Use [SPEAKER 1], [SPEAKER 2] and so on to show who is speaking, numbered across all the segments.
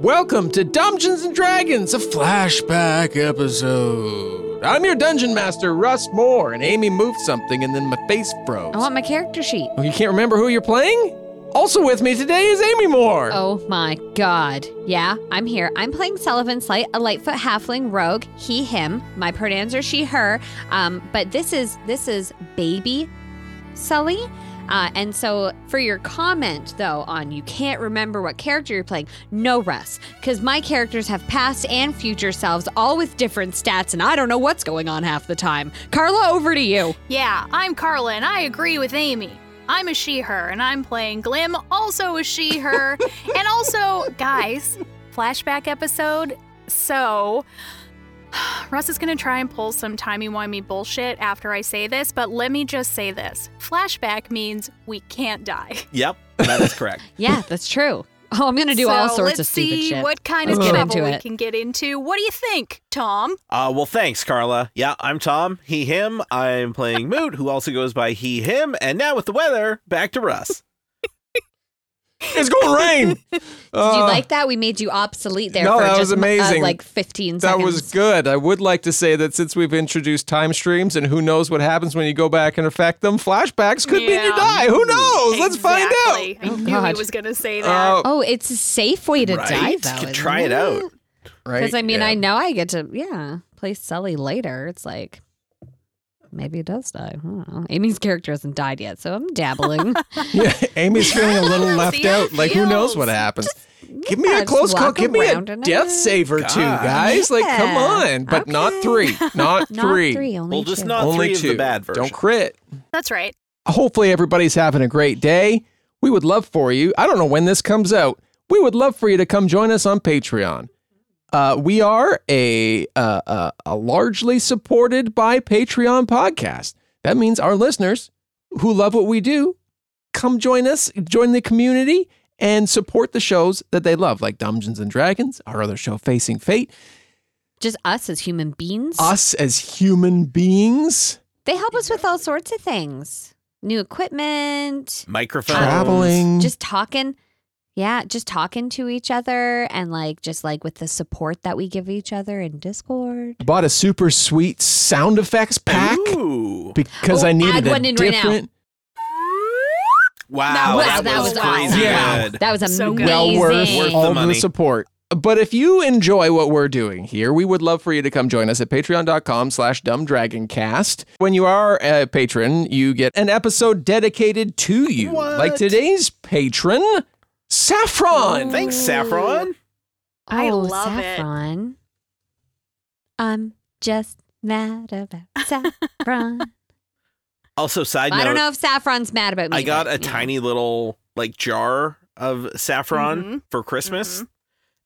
[SPEAKER 1] Welcome to Dungeons and Dragons, a flashback episode. I'm your dungeon master, Russ Moore, and Amy moved something and then my face froze.
[SPEAKER 2] I want my character sheet.
[SPEAKER 1] Oh, you can't remember who you're playing? Also with me today is Amy Moore.
[SPEAKER 2] Oh my god. Yeah, I'm here. I'm playing Sullivan Slight, a Lightfoot halfling rogue. He, him. My pronouns are she, her. Um, but this is this is baby Sully. Uh, and so for your comment though on you can't remember what character you're playing, no Russ, because my characters have past and future selves, all with different stats, and I don't know what's going on half the time. Carla, over to you.
[SPEAKER 3] Yeah, I'm Carla and I agree with Amy. I'm a she her and I'm playing Glim, also a she her. and also, guys, flashback episode. So, Russ is going to try and pull some timey-wimey bullshit after I say this, but let me just say this. Flashback means we can't die.
[SPEAKER 4] Yep, that is correct.
[SPEAKER 2] Yeah, that's true. Oh, I'm gonna do all
[SPEAKER 3] So
[SPEAKER 2] sorts
[SPEAKER 3] let's
[SPEAKER 2] of stupid
[SPEAKER 3] see
[SPEAKER 2] shit.
[SPEAKER 3] what kind
[SPEAKER 2] Let's
[SPEAKER 3] of
[SPEAKER 2] get
[SPEAKER 3] trouble
[SPEAKER 2] into
[SPEAKER 3] we
[SPEAKER 2] it.
[SPEAKER 3] can get into. What do you think, Tom?
[SPEAKER 4] Uh, well, thanks, Carla. Yeah, I'm Tom. He, him. I'm playing Moot, who also goes by he, him. And now with the weather, back to Russ.
[SPEAKER 1] It's going to rain.
[SPEAKER 2] Did you
[SPEAKER 1] Uh,
[SPEAKER 2] like that? We made you obsolete there.
[SPEAKER 1] No,
[SPEAKER 2] for
[SPEAKER 1] that
[SPEAKER 2] just,
[SPEAKER 1] was
[SPEAKER 2] uh,
[SPEAKER 1] amazing.
[SPEAKER 2] like 15
[SPEAKER 1] that
[SPEAKER 2] seconds.
[SPEAKER 1] was good. I would like to say that since we've introduced time streams and who knows what happens when you go back and affect them, flashbacks could mean you
[SPEAKER 3] Yeah.
[SPEAKER 1] die. Who knows? Oh, Let's find out.
[SPEAKER 3] Exactly. I
[SPEAKER 2] Oh,
[SPEAKER 3] knew he
[SPEAKER 2] God.
[SPEAKER 3] was going to say that.
[SPEAKER 1] Uh,
[SPEAKER 2] Oh, it's a safe way to die,
[SPEAKER 4] Right?
[SPEAKER 2] though.
[SPEAKER 4] Could try it out.
[SPEAKER 1] right.
[SPEAKER 2] Because I mean,
[SPEAKER 1] yeah.
[SPEAKER 2] I know I get to, yeah, play Sully later. It's like maybe it does die. I don't know. Amy's character hasn't died yet, so I'm dabbling.
[SPEAKER 1] Yeah, Amy's feeling a little left
[SPEAKER 3] See how
[SPEAKER 1] out.
[SPEAKER 3] it
[SPEAKER 1] Like, who knows what
[SPEAKER 3] feels.
[SPEAKER 1] happens? Give me
[SPEAKER 2] Yeah,
[SPEAKER 1] a
[SPEAKER 2] just
[SPEAKER 1] close call.
[SPEAKER 2] walk
[SPEAKER 1] Give me a
[SPEAKER 2] around and,
[SPEAKER 1] death
[SPEAKER 2] uh,
[SPEAKER 1] save or two,
[SPEAKER 4] God.
[SPEAKER 1] guys. Like, come
[SPEAKER 2] Yeah.
[SPEAKER 1] on, but not
[SPEAKER 2] Okay.
[SPEAKER 1] three, not,
[SPEAKER 2] Not three. only
[SPEAKER 4] Well, just
[SPEAKER 2] two.
[SPEAKER 4] not
[SPEAKER 1] Only
[SPEAKER 4] three is
[SPEAKER 1] two.
[SPEAKER 4] the bad version.
[SPEAKER 1] Don't crit.
[SPEAKER 3] That's right.
[SPEAKER 1] Hopefully, everybody's having a great day. We would love for you. I don't know when this comes out. We would love for you to come join us on Patreon. Uh, we are a, uh, uh, a largely supported by Patreon podcast. That means our listeners who love what we do come join us, join the community, and support the shows that they love, like Dungeons and Dragons, our other show, Facing Fate,
[SPEAKER 2] Just us as human beings.
[SPEAKER 1] us as human beings,
[SPEAKER 2] They help us with all sorts of things new equipment,
[SPEAKER 4] Microphones.
[SPEAKER 1] traveling.
[SPEAKER 2] just talking. Yeah, just talking to each other and like just like with the support that we give each other in Discord.
[SPEAKER 1] bought a super sweet sound effects pack.
[SPEAKER 4] Ooh.
[SPEAKER 1] because
[SPEAKER 2] Oh,
[SPEAKER 1] I needed
[SPEAKER 2] add
[SPEAKER 1] a
[SPEAKER 2] one in right now.
[SPEAKER 1] different,
[SPEAKER 4] Wow,
[SPEAKER 3] Wow,
[SPEAKER 4] that,
[SPEAKER 3] that
[SPEAKER 4] was,
[SPEAKER 3] was
[SPEAKER 4] crazy
[SPEAKER 1] wow.
[SPEAKER 4] good.
[SPEAKER 2] That was amazing.
[SPEAKER 3] So good.
[SPEAKER 1] well worth
[SPEAKER 4] Worth the
[SPEAKER 1] all the,
[SPEAKER 4] money.
[SPEAKER 1] support. But if you enjoy what we're doing here, we would love for you to come join us at patreon.com slash dumbdragoncast. When you are a patron, you get an episode dedicated to you.
[SPEAKER 4] What?
[SPEAKER 1] Like today's patron, Saffron.
[SPEAKER 4] Thanks, Saffron.
[SPEAKER 3] I
[SPEAKER 2] oh,
[SPEAKER 3] love it.
[SPEAKER 2] saffron. I'm just mad about saffron.
[SPEAKER 4] Also, side note,
[SPEAKER 2] I don't know if saffron's mad about me.
[SPEAKER 4] I got
[SPEAKER 2] but,
[SPEAKER 4] a
[SPEAKER 2] you know. Mm-hmm.
[SPEAKER 4] tiny little like jar of saffron
[SPEAKER 3] Mhm.
[SPEAKER 4] for Christmas,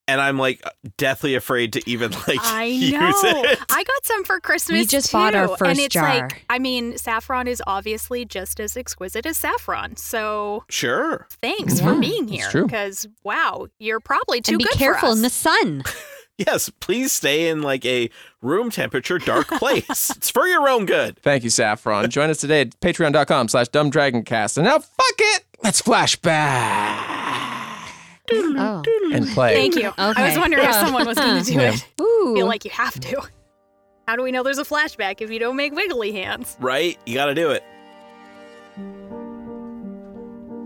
[SPEAKER 4] and I'm like deathly afraid to even like
[SPEAKER 3] I
[SPEAKER 4] use
[SPEAKER 3] know.
[SPEAKER 4] it.
[SPEAKER 3] I got some for Christmas.
[SPEAKER 2] just
[SPEAKER 3] too,
[SPEAKER 2] bought our
[SPEAKER 3] and
[SPEAKER 2] first
[SPEAKER 3] it's
[SPEAKER 2] jar.
[SPEAKER 3] Like, I mean, saffron is obviously just as exquisite as saffron. So
[SPEAKER 4] Sure.
[SPEAKER 3] thanks
[SPEAKER 2] Yeah,
[SPEAKER 3] for being
[SPEAKER 1] that's
[SPEAKER 3] here.
[SPEAKER 1] true.
[SPEAKER 3] Because wow, you're probably too
[SPEAKER 2] And be
[SPEAKER 3] good
[SPEAKER 2] careful
[SPEAKER 3] for us.
[SPEAKER 2] in the sun.
[SPEAKER 4] Yes, please stay in like a room temperature dark place. it's for your own good.
[SPEAKER 1] Thank you, Saffron. Join us today at patreon.com slash dumbdragoncast. And now, fuck it, let's flash back
[SPEAKER 2] oh.
[SPEAKER 1] and play.
[SPEAKER 3] Thank you. I was
[SPEAKER 2] Okay.
[SPEAKER 3] wondering if someone was going to do
[SPEAKER 1] Yeah.
[SPEAKER 3] it. I
[SPEAKER 2] Ooh.
[SPEAKER 3] feel like you have to. How do we know there's a flashback if you don't make wiggly hands?
[SPEAKER 4] Right? You got to do it.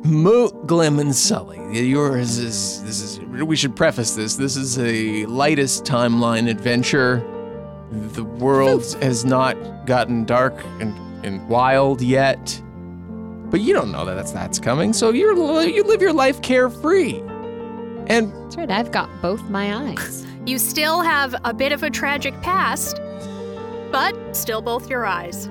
[SPEAKER 1] Moot, Glim, and Sully. Yours is this is. We should preface this. This is a lightest timeline adventure. The world has not gotten dark and, and wild yet, but you don't know that that's that's coming. So you're li- you live your life carefree, and
[SPEAKER 2] That's right. I've got both my eyes.
[SPEAKER 3] You still have a bit of a tragic past, but still both your eyes.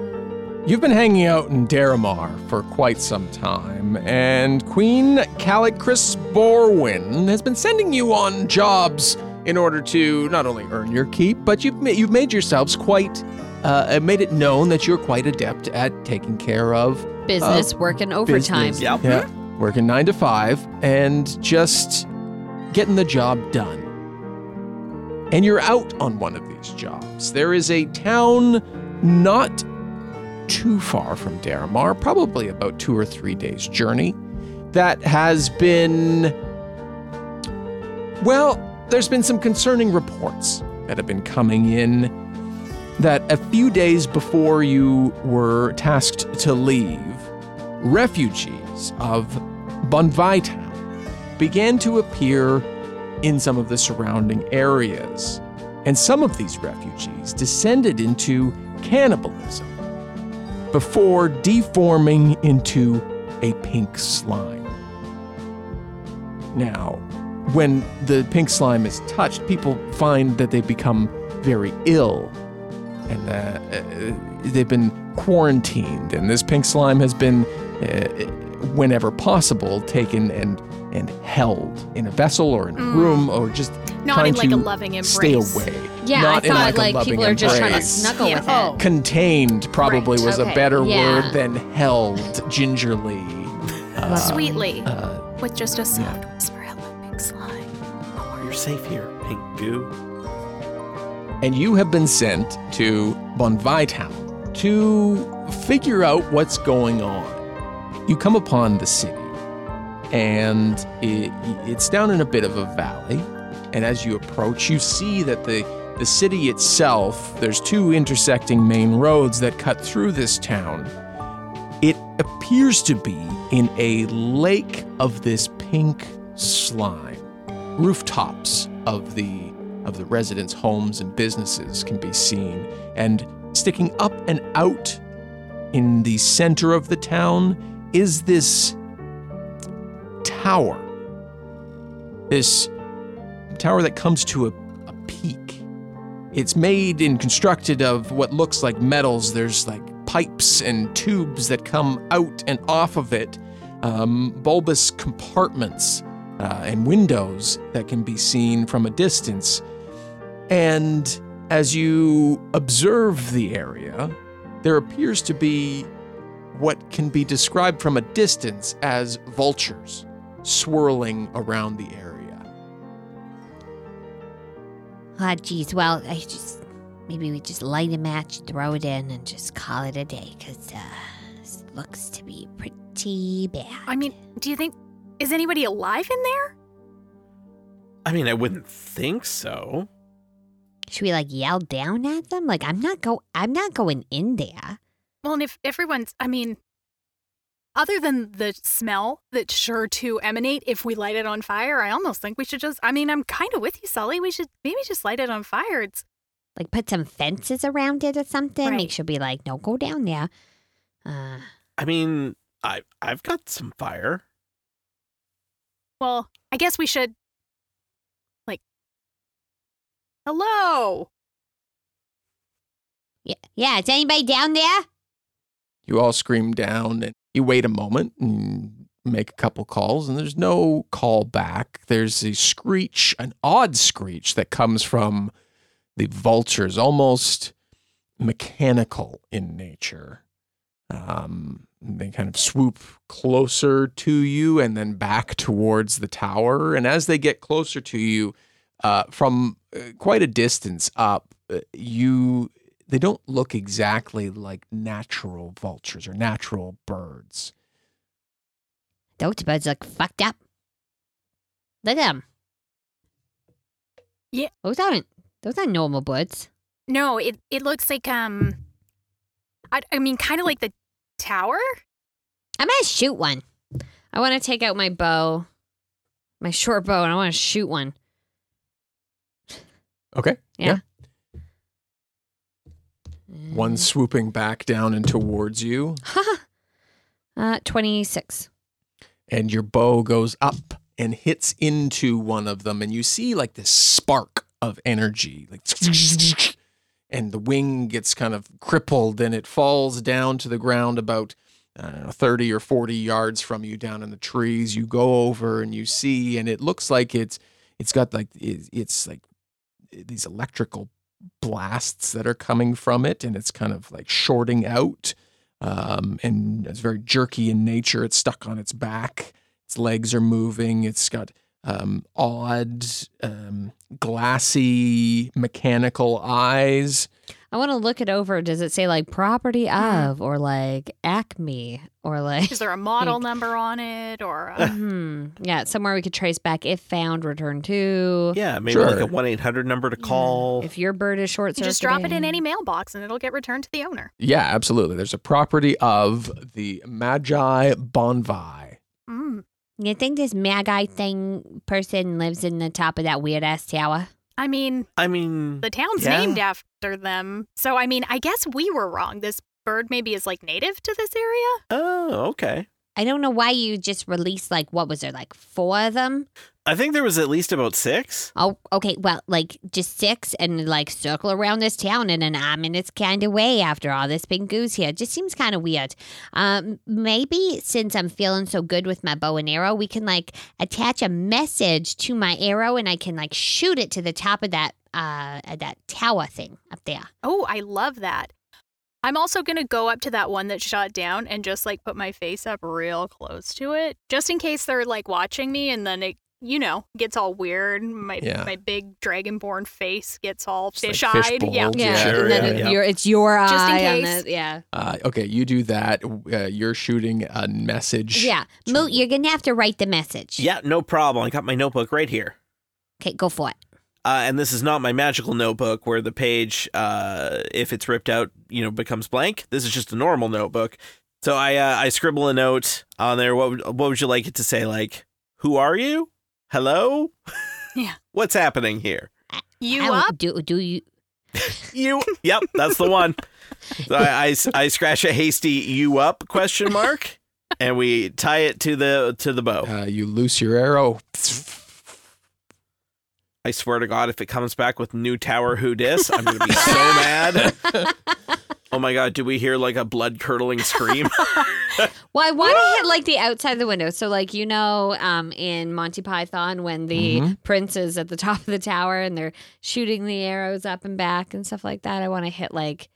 [SPEAKER 1] You've been hanging out in Daramar for quite some time, and Queen Calicris Borwin has been sending you on jobs in order to not only earn your keep, but you've ma- you've made yourselves quite uh, uh, made it known that you're quite adept at taking care of
[SPEAKER 2] Business
[SPEAKER 4] Oh.
[SPEAKER 2] working overtime.
[SPEAKER 1] business.
[SPEAKER 4] Yep.
[SPEAKER 1] Yeah, working nine to five and just getting the job done. And you're out on one of these jobs. There is a town not too far from Daramar, probably about two or three days' journey, that has been. Well, there's been some concerning reports that have been coming in that a few days before you were tasked to leave, refugees of Bonvai Town began to appear in some of the surrounding areas. And some of these refugees descended into cannibalism before deforming into a pink slime. Now, when the pink slime is touched, people find that they become very ill and uh, uh, they've been quarantined. And this pink slime has been, uh, whenever possible, taken and and held in a vessel or in a
[SPEAKER 2] Mm.
[SPEAKER 1] room or just
[SPEAKER 3] Not
[SPEAKER 1] trying
[SPEAKER 3] in like a
[SPEAKER 1] to
[SPEAKER 3] loving embrace.
[SPEAKER 1] stay away.
[SPEAKER 2] Yeah,
[SPEAKER 1] Not
[SPEAKER 2] I
[SPEAKER 1] in
[SPEAKER 2] thought
[SPEAKER 1] a
[SPEAKER 2] like,
[SPEAKER 1] loving
[SPEAKER 2] people are just trying to
[SPEAKER 1] embrace.
[SPEAKER 2] snuggle
[SPEAKER 3] Yeah.
[SPEAKER 2] with it.
[SPEAKER 3] Oh.
[SPEAKER 1] Contained probably
[SPEAKER 3] Right,
[SPEAKER 1] was
[SPEAKER 2] okay,
[SPEAKER 1] a better
[SPEAKER 2] yeah.
[SPEAKER 1] word than held gingerly. Uh,
[SPEAKER 3] Sweetly,
[SPEAKER 1] uh,
[SPEAKER 3] with just a soft whisper, hello, big slime.
[SPEAKER 4] You're safe here, pink goo.
[SPEAKER 1] and you have been sent to Bonvai Town to figure out what's going on. You come upon the city, and it, it's down in a bit of a valley. And as you approach, you see that the the city itself, there's two intersecting main roads that cut through this town. It appears to be in a lake of this pink slime. Rooftops of the of the residents' homes and businesses can be seen, and sticking up and out in the center of the town is this tower. This tower that comes to a, a peak. It's made and constructed of what looks like metals. There's like pipes and tubes that come out and off of it, um, bulbous compartments uh, and windows that can be seen from a distance. And as you observe the area, there appears to be what can be described from a distance as vultures swirling around the area.
[SPEAKER 3] Oh.
[SPEAKER 2] Ah, geez. Well, I just maybe we just light a match, throw it in, and just call it a day because uh, this looks to be pretty bad.
[SPEAKER 3] I mean, do you think is anybody alive in there?
[SPEAKER 4] I mean, I wouldn't think so.
[SPEAKER 2] should we like yell down at them? Like, I'm not go, I'm not going in there.
[SPEAKER 3] Well, and if everyone's, I mean, other than the smell that's sure to emanate if we light it on fire, I almost think we should just. I mean, I'm kind of with you, Sully. We should maybe just light it on fire. It's
[SPEAKER 2] Like, put some fences around it or something. Like,
[SPEAKER 3] Right.
[SPEAKER 2] she'll be like, "No, go down there." Uh,
[SPEAKER 4] I mean, I I've got some fire.
[SPEAKER 3] well, I guess we should. Like, hello.
[SPEAKER 2] yeah, yeah. Is anybody down there?
[SPEAKER 1] You all scream down and you wait a moment and make a couple calls, and there's no call back. There's a screech, an odd screech that comes from the vultures, almost mechanical in nature. Um, they kind of swoop closer to you and then back towards the tower. And as they get closer to you, uh, from uh, quite a distance up, uh, you they don't look exactly like natural vultures or natural birds.
[SPEAKER 2] Those birds look fucked up. Look at them.
[SPEAKER 3] Yeah.
[SPEAKER 2] Those aren't those aren't normal birds.
[SPEAKER 3] No, it it looks like um, I I mean, kind of like the tower.
[SPEAKER 2] I'm gonna shoot one. I want to take out my bow, my short bow, and I want to shoot one.
[SPEAKER 1] Okay.
[SPEAKER 2] Yeah. Mm.
[SPEAKER 1] One swooping back down and towards you,
[SPEAKER 2] uh, twenty six.
[SPEAKER 1] and your bow goes up and hits into one of them, and you see like this spark of energy, like, and the wing gets kind of crippled, and it falls down to the ground about I don't know, 30 or 40 yards from you down in the trees. You go over and you see, and it looks like it's it's got like it- it's like these electrical blasts that are coming from it, and it's kind of like shorting out. Um, and it's very jerky in nature. It's stuck on its back. Its legs are moving. It's got um, odd, um, glassy, mechanical eyes.
[SPEAKER 2] I want to look it over. Does it say like property of or like Acme or like?
[SPEAKER 3] Mm. Is there a model number on it or um, a,
[SPEAKER 2] Hmm. Yeah, it's somewhere we could trace back if found, return to.
[SPEAKER 4] Yeah, maybe
[SPEAKER 1] Sure.
[SPEAKER 4] like a one eight hundred number to call.
[SPEAKER 2] If your bird is short,
[SPEAKER 3] you just drop it in any mailbox and it'll get returned to the owner?
[SPEAKER 1] Yeah, absolutely. There's a property of the Magi Bonvi.
[SPEAKER 3] Mm.
[SPEAKER 2] You think this Magi thing person lives in the top of that weird ass tower?
[SPEAKER 3] I mean,
[SPEAKER 1] Mm-hmm.
[SPEAKER 4] I mean,
[SPEAKER 3] the town's
[SPEAKER 4] Yeah.
[SPEAKER 3] named after them. So I mean, I guess we were wrong. This bird maybe is like native to this area.
[SPEAKER 4] oh, okay.
[SPEAKER 2] I don't know why you just released like what was there like four of them?
[SPEAKER 4] I think there was at least about six.
[SPEAKER 2] Oh, okay. Well, like just six and like circle around this town in an ominous kind of way after all this been goose here. Just seems kind of weird. Um, maybe since I'm feeling so good with my bow and arrow, we can like attach a message to my arrow and I can like shoot it to the top of that uh that tower thing up there.
[SPEAKER 3] Oh, I love that. I'm also going to go up to that one that shot down and just like put my face up real close to it just in case they're like watching me and then it you know gets all weird my
[SPEAKER 1] Yeah.
[SPEAKER 3] my big dragonborn face gets all
[SPEAKER 1] Just, like,
[SPEAKER 3] fish-eyed yeah
[SPEAKER 1] fishbowl. Yeah, Sure, and then yeah, it- yeah.
[SPEAKER 2] Your, it's your
[SPEAKER 3] Just in
[SPEAKER 2] eye on
[SPEAKER 3] case.
[SPEAKER 2] the- yeah.
[SPEAKER 1] Uh, okay, you do that. Uh, you're shooting a message.
[SPEAKER 2] Yeah. Moot, you're going to have to write the message.
[SPEAKER 4] Yeah, no problem. I got my notebook right here.
[SPEAKER 2] Okay, go for it.
[SPEAKER 4] Uh, and this is not my magical notebook where the page, uh, if it's ripped out, you know, becomes blank. This is just a normal notebook. So I uh, I scribble a note on there. What would, what would you like it to say? Like, who are you? Hello.
[SPEAKER 3] Yeah.
[SPEAKER 4] What's happening here?
[SPEAKER 3] you
[SPEAKER 2] I
[SPEAKER 3] up
[SPEAKER 2] don't- Do, do you?
[SPEAKER 4] You. Yep, that's the one. So I, I s- I scratch a hasty "you up?" question mark, and we tie it to the to the bow.
[SPEAKER 1] Uh, you loose your arrow.
[SPEAKER 4] I swear to God, if it comes back with new tower who dis, I'm gonna be so mad. Oh my God, do we hear like a blood curdling scream?
[SPEAKER 2] Well, I want to hit like the outside of the window. So, like, you know, um, in Monty Python, when the
[SPEAKER 1] Mm-hmm.
[SPEAKER 2] prince is at the top of the tower and they're shooting the arrows up and back and stuff like that, I want to hit like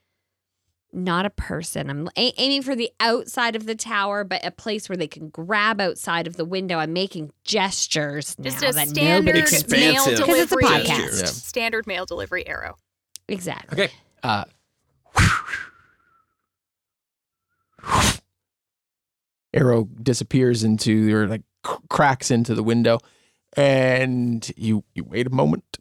[SPEAKER 2] not a person. I'm a- aiming for the outside of the tower, but a place where they can grab outside of the window. I'm making gestures now
[SPEAKER 3] just a
[SPEAKER 2] that
[SPEAKER 3] standard
[SPEAKER 2] nobody
[SPEAKER 4] Expansive.
[SPEAKER 2] can see.
[SPEAKER 3] mail
[SPEAKER 4] Because
[SPEAKER 2] it's a
[SPEAKER 3] delivery
[SPEAKER 2] podcast.
[SPEAKER 1] Yeah.
[SPEAKER 3] standard mail delivery arrow
[SPEAKER 2] Exactly.
[SPEAKER 1] Okay. Uh, arrow disappears into or like cr- cracks into the window, and you you wait a moment,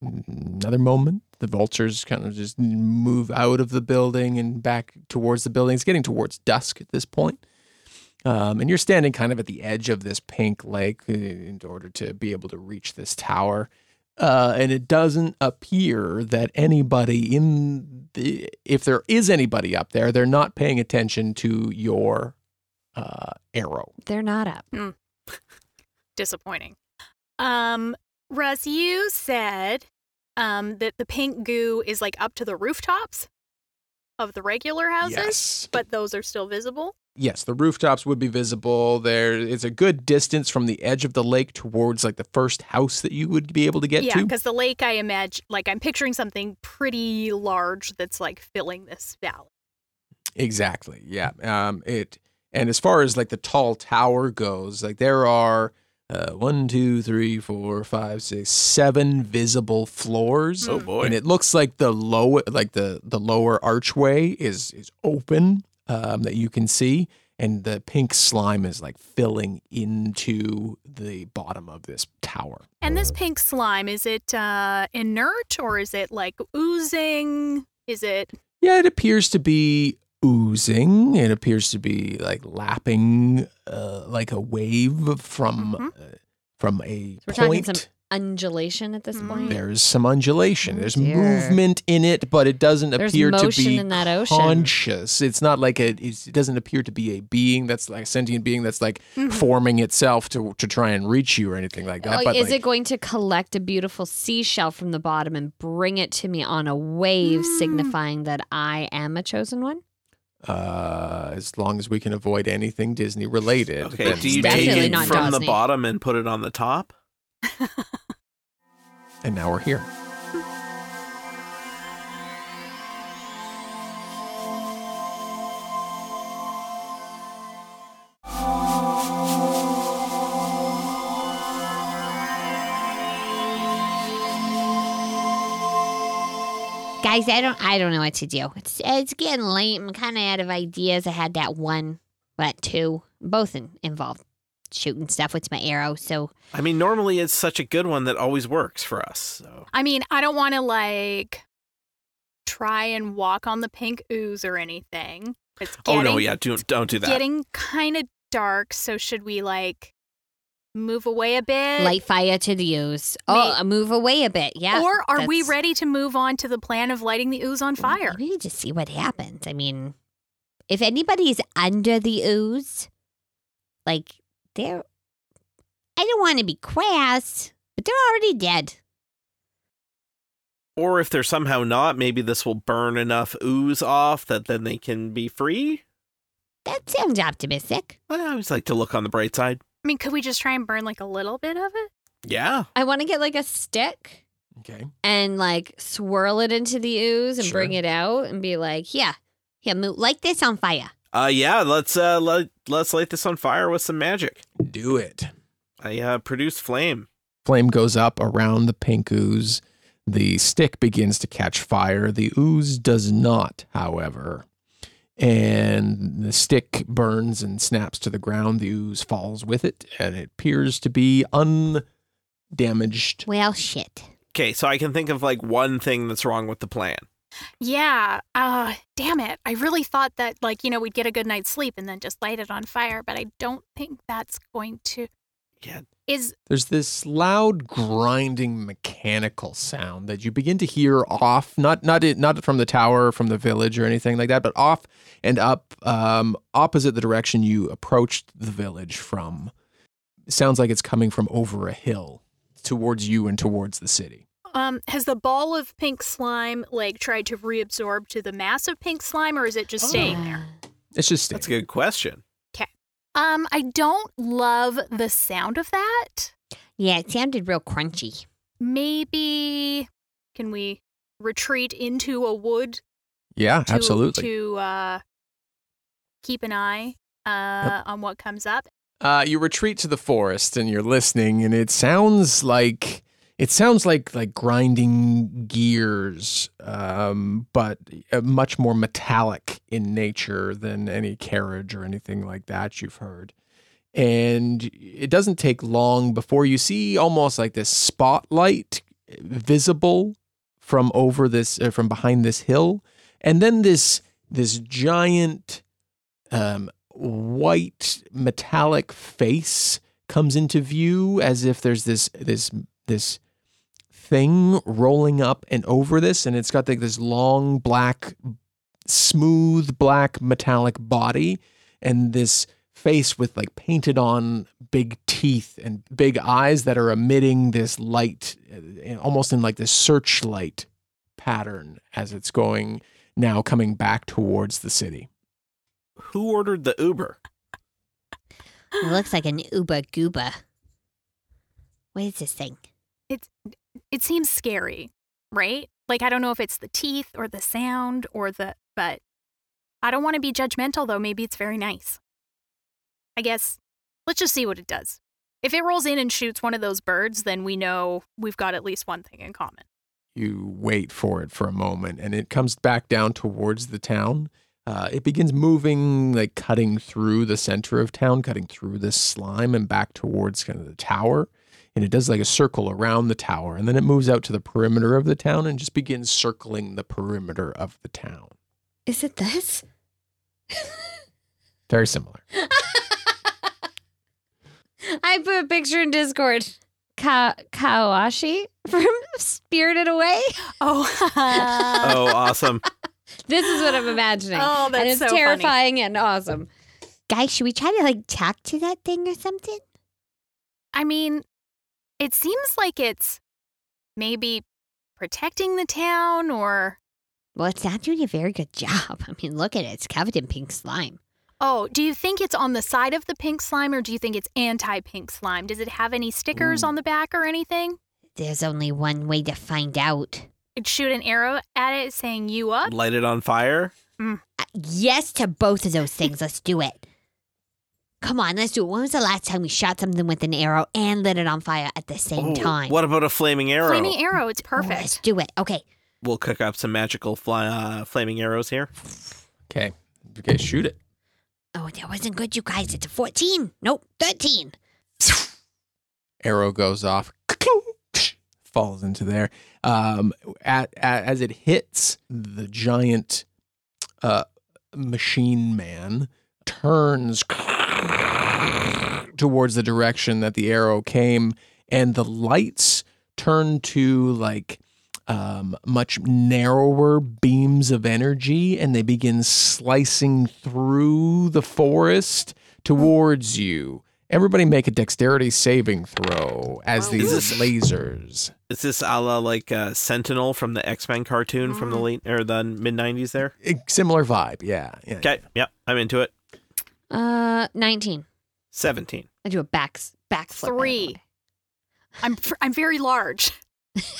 [SPEAKER 1] another moment. The vultures kind of just move out of the building and back towards the building. It's getting towards dusk at this point. Um, and you're standing kind of at the edge of this pink lake uh, in order to be able to reach this tower uh, and it doesn't appear that anybody in the if there is anybody up there, they're not paying attention to your uh, arrow.
[SPEAKER 2] They're not up.
[SPEAKER 3] disappointing um russ you said um that the pink goo is like up to the rooftops of the regular houses
[SPEAKER 1] Yes.
[SPEAKER 3] but those are still visible
[SPEAKER 1] Yes, the rooftops would be visible. There is a good distance from the edge of the lake towards like the first house that you would be able to get
[SPEAKER 3] yeah,
[SPEAKER 1] to.
[SPEAKER 3] because the lake, I imagine, like I'm picturing something pretty large that's like filling this valley.
[SPEAKER 1] Exactly. Yeah. Um, it and as far as like the tall tower goes, like there are uh, one, two, three, four, five, six, seven visible floors.
[SPEAKER 3] Oh,
[SPEAKER 4] boy.
[SPEAKER 1] And it looks like the low, like the the lower archway is is open um, that you can see, and the pink slime is like filling into the bottom of this tower.
[SPEAKER 3] And this pink slime, is it uh, inert or is it like oozing? Is it
[SPEAKER 1] Yeah, it appears to be oozing. It appears to be like lapping, uh, like a wave from
[SPEAKER 3] Mhm.
[SPEAKER 1] uh, from a
[SPEAKER 2] Mm-hmm. So we're talking
[SPEAKER 1] point.
[SPEAKER 2] some undulation at this
[SPEAKER 3] Mm.
[SPEAKER 2] point.
[SPEAKER 1] There's some undulation.
[SPEAKER 2] Oh,
[SPEAKER 1] There's
[SPEAKER 2] dear.
[SPEAKER 1] movement in it, but it doesn't
[SPEAKER 2] There's
[SPEAKER 1] appear to
[SPEAKER 2] motion
[SPEAKER 1] be
[SPEAKER 2] in that ocean.
[SPEAKER 1] conscious. It's not like a. It's, it doesn't appear to be a being that's like a sentient being that's like
[SPEAKER 3] Mhm.
[SPEAKER 1] forming itself to to try and reach you or anything like that.
[SPEAKER 2] Mm-hmm. Like,
[SPEAKER 1] but
[SPEAKER 2] Oh, is
[SPEAKER 1] like,
[SPEAKER 2] it going to collect a beautiful seashell from the bottom and bring it to me on a wave,
[SPEAKER 3] Mm.
[SPEAKER 2] signifying that I am a chosen one?
[SPEAKER 1] uh, as long as we can avoid anything Disney related.
[SPEAKER 4] Okay,
[SPEAKER 1] then
[SPEAKER 4] do you take
[SPEAKER 1] maybe.
[SPEAKER 2] Definitely
[SPEAKER 4] it
[SPEAKER 2] not
[SPEAKER 4] from the
[SPEAKER 2] Dawsney.
[SPEAKER 4] bottom and put it on the top?
[SPEAKER 1] And now we're here.
[SPEAKER 2] Guys, I don't I don't know what to do. It's it's getting late. I'm kind of out of ideas. I had that one, but two, both in, involved shooting stuff with my arrow. So
[SPEAKER 4] I mean, normally it's such a good one that always works for us. So
[SPEAKER 3] I mean, I don't want to like try and walk on the pink ooze or anything. It's getting,
[SPEAKER 4] oh no, yeah, don't don't do that.
[SPEAKER 3] getting kind of dark. So should we like move away a bit?
[SPEAKER 2] light fire to the ooze. Oh,
[SPEAKER 3] Uh, May-
[SPEAKER 2] move away a bit. Yeah.
[SPEAKER 3] or are we
[SPEAKER 2] that's- Mm-hmm.
[SPEAKER 3] ready to move on to the plan of lighting the ooze on fire?
[SPEAKER 2] Maybe just see what happens. I mean, if anybody's under the ooze, like they're, I don't want to be crass, but they're already dead.
[SPEAKER 4] or if they're somehow not, maybe this will burn enough ooze off that then they can be free.
[SPEAKER 2] That sounds optimistic.
[SPEAKER 4] Well, I always like to look on the bright side.
[SPEAKER 3] I mean, could we just try and burn like a little bit of it?
[SPEAKER 4] Yeah.
[SPEAKER 2] I want to get like a stick
[SPEAKER 1] Okay.
[SPEAKER 2] and like swirl it into the ooze and
[SPEAKER 1] Sure.
[SPEAKER 2] bring it out and be like, yeah, yeah, mo- light this on fire.
[SPEAKER 4] Uh, yeah. Let's uh, let let's light this on fire with some magic.
[SPEAKER 1] Do it.
[SPEAKER 4] I uh, produce flame.
[SPEAKER 1] Flame goes up around the pink ooze. The stick begins to catch fire. The ooze does not, however. And the stick burns and snaps to the ground. The ooze falls with it, and it appears to be undamaged.
[SPEAKER 2] Well, shit.
[SPEAKER 4] Okay, so I can think of like one thing that's wrong with the plan.
[SPEAKER 3] Yeah. Uh, damn it. I really thought that like, you know, we'd get a good night's sleep and then just light it on fire, but I don't think that's going to
[SPEAKER 4] Yeah.
[SPEAKER 3] is
[SPEAKER 1] There's this loud grinding mechanical sound that you begin to hear off, not not it- not from the tower, from the village or anything like that, but off and up, um, opposite the direction you approached the village from. sounds like it's coming from over a hill towards you and towards the city.
[SPEAKER 3] um has the ball of pink slime like tried to reabsorb to the mass of pink slime or is it just staying there?
[SPEAKER 2] Uh,
[SPEAKER 1] It's just
[SPEAKER 4] That's a good question.
[SPEAKER 2] Oh.
[SPEAKER 3] Um, I don't love the sound of that.
[SPEAKER 2] Yeah, it sounded real crunchy.
[SPEAKER 3] Maybe can we retreat into a wood
[SPEAKER 1] yeah,
[SPEAKER 3] to,
[SPEAKER 1] absolutely.
[SPEAKER 3] to uh, keep an eye uh, on what comes up.
[SPEAKER 1] Uh, you retreat to the forest and you're listening, and it sounds like it sounds like like grinding gears, um, but uh, much more metallic in nature than any carriage or anything like that you've heard. And it doesn't take long before you see almost like this spotlight visible from over this uh, from behind this hill, and then this this giant um, white metallic face comes into view as if there's this this this thing rolling up and over this and it's got like this long black smooth black metallic body and this face with like painted on big teeth and big eyes that are emitting this light uh, almost in like this searchlight pattern as it's going now coming back towards the city
[SPEAKER 4] Who ordered the Uber?
[SPEAKER 2] It looks like an Uber Gooba. What is this thing?
[SPEAKER 3] It seems scary, right? Like I don't know if it's the teeth or the sound or the but I don't want to be judgmental though. Maybe it's very nice. I guess let's just see what it does. If it rolls in and shoots one of those birds, then we know we've got at least one thing in common.
[SPEAKER 1] you wait for it for a moment and it comes back down towards the town uh, it begins moving like cutting through the center of town cutting through this slime and back towards kind of the tower and it does like a circle around the tower and then it moves out to the perimeter of the town and just begins circling the perimeter of the town
[SPEAKER 2] Is it this?
[SPEAKER 1] very similar
[SPEAKER 2] I put a picture in Discord. Ka- Kawashi from Spirited Away.
[SPEAKER 3] Oh,
[SPEAKER 4] Oh, awesome.
[SPEAKER 2] This is what I'm imagining.
[SPEAKER 3] Oh,
[SPEAKER 2] and
[SPEAKER 3] that's
[SPEAKER 2] it's
[SPEAKER 3] so funny.
[SPEAKER 2] terrifying and awesome. Guys, should we try to like talk to that thing or something?
[SPEAKER 3] I mean, it seems like it's maybe protecting the town or
[SPEAKER 2] Well, it's not doing a very good job. I mean, look at it. It's covered in pink slime.
[SPEAKER 3] Oh, do you think it's on the side of the pink slime or do you think it's anti pink slime? Does it have any stickers
[SPEAKER 1] Ooh.
[SPEAKER 3] on the back or anything?
[SPEAKER 2] There's only one way to find out.
[SPEAKER 3] It shoot an arrow at it saying you up.
[SPEAKER 4] Light it on fire.
[SPEAKER 2] Uh, yes to both of those things. Let's do it. Come on, let's do it. When was the last time we shot something with an arrow and lit it on fire at the same
[SPEAKER 4] Oh,
[SPEAKER 2] time?
[SPEAKER 4] What about a flaming arrow?
[SPEAKER 3] Flaming arrow, it's
[SPEAKER 2] Let's
[SPEAKER 3] perfect.
[SPEAKER 2] do it. Okay.
[SPEAKER 4] we'll cook up some magical fly, uh, flaming arrows here.
[SPEAKER 1] Okay. Okay, shoot it.
[SPEAKER 2] Oh, that wasn't good, you guys. It's a 14. Nope, 13.
[SPEAKER 1] Arrow goes off. Falls into there. Um, at, at as it hits the giant uh, machine man turns towards the direction that the arrow came, and the lights turn to like um, much narrower beams of energy, and they begin slicing through the forest towards you. Everybody make a dexterity saving throw as
[SPEAKER 3] Wow.
[SPEAKER 1] these
[SPEAKER 4] Is this-
[SPEAKER 1] lasers.
[SPEAKER 4] Is this a la like uh, Sentinel from the X Men cartoon from the late or the mid '90s? There.
[SPEAKER 1] Eh, Similar vibe, yeah. yeah.
[SPEAKER 4] Okay. Yep. I'm into it.
[SPEAKER 2] Uh, 19.
[SPEAKER 4] Seventeen.
[SPEAKER 2] I do a back backflip. by the
[SPEAKER 3] Three.
[SPEAKER 2] way.
[SPEAKER 3] I'm fr- I'm very large.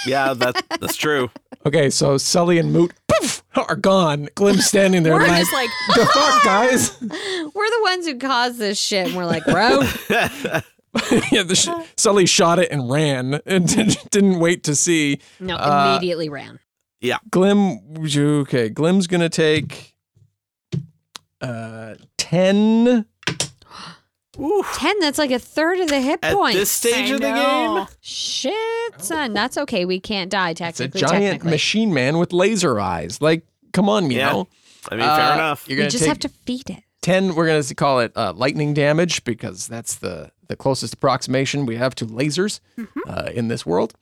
[SPEAKER 4] Yeah, that's that's true.
[SPEAKER 1] Okay, so Sully and Moot poof, are gone. Glim's standing there
[SPEAKER 3] We're
[SPEAKER 1] like,
[SPEAKER 3] just like
[SPEAKER 1] the fuck, guys?
[SPEAKER 2] We're the ones who caused this shit, and we're like, bro.
[SPEAKER 1] yeah, the sh- Sully shot it and ran and didn't wait to see.
[SPEAKER 2] No,
[SPEAKER 1] Uh,
[SPEAKER 2] immediately ran.
[SPEAKER 1] Glim, would you- okay, Glim's gonna take uh ten.
[SPEAKER 4] Ooh.
[SPEAKER 2] 10, that's like a third of the hit
[SPEAKER 4] At
[SPEAKER 2] points.
[SPEAKER 4] this stage
[SPEAKER 3] I
[SPEAKER 4] of the
[SPEAKER 3] know.
[SPEAKER 4] game,
[SPEAKER 2] Shit, son. That's okay. We can't die,
[SPEAKER 1] It's a
[SPEAKER 2] technically.
[SPEAKER 1] giant
[SPEAKER 2] technically.
[SPEAKER 1] machine man with laser eyes. Like, come on, you
[SPEAKER 4] Yeah.
[SPEAKER 1] know.
[SPEAKER 4] I mean, fair
[SPEAKER 1] Uh,
[SPEAKER 4] enough.
[SPEAKER 1] You're
[SPEAKER 2] You
[SPEAKER 1] gonna
[SPEAKER 2] just
[SPEAKER 1] take
[SPEAKER 2] have to feed it.
[SPEAKER 1] ten. We're gonna call it uh, lightning damage because that's the the closest approximation we have to lasers
[SPEAKER 2] Mm-hmm.
[SPEAKER 1] uh, in this world.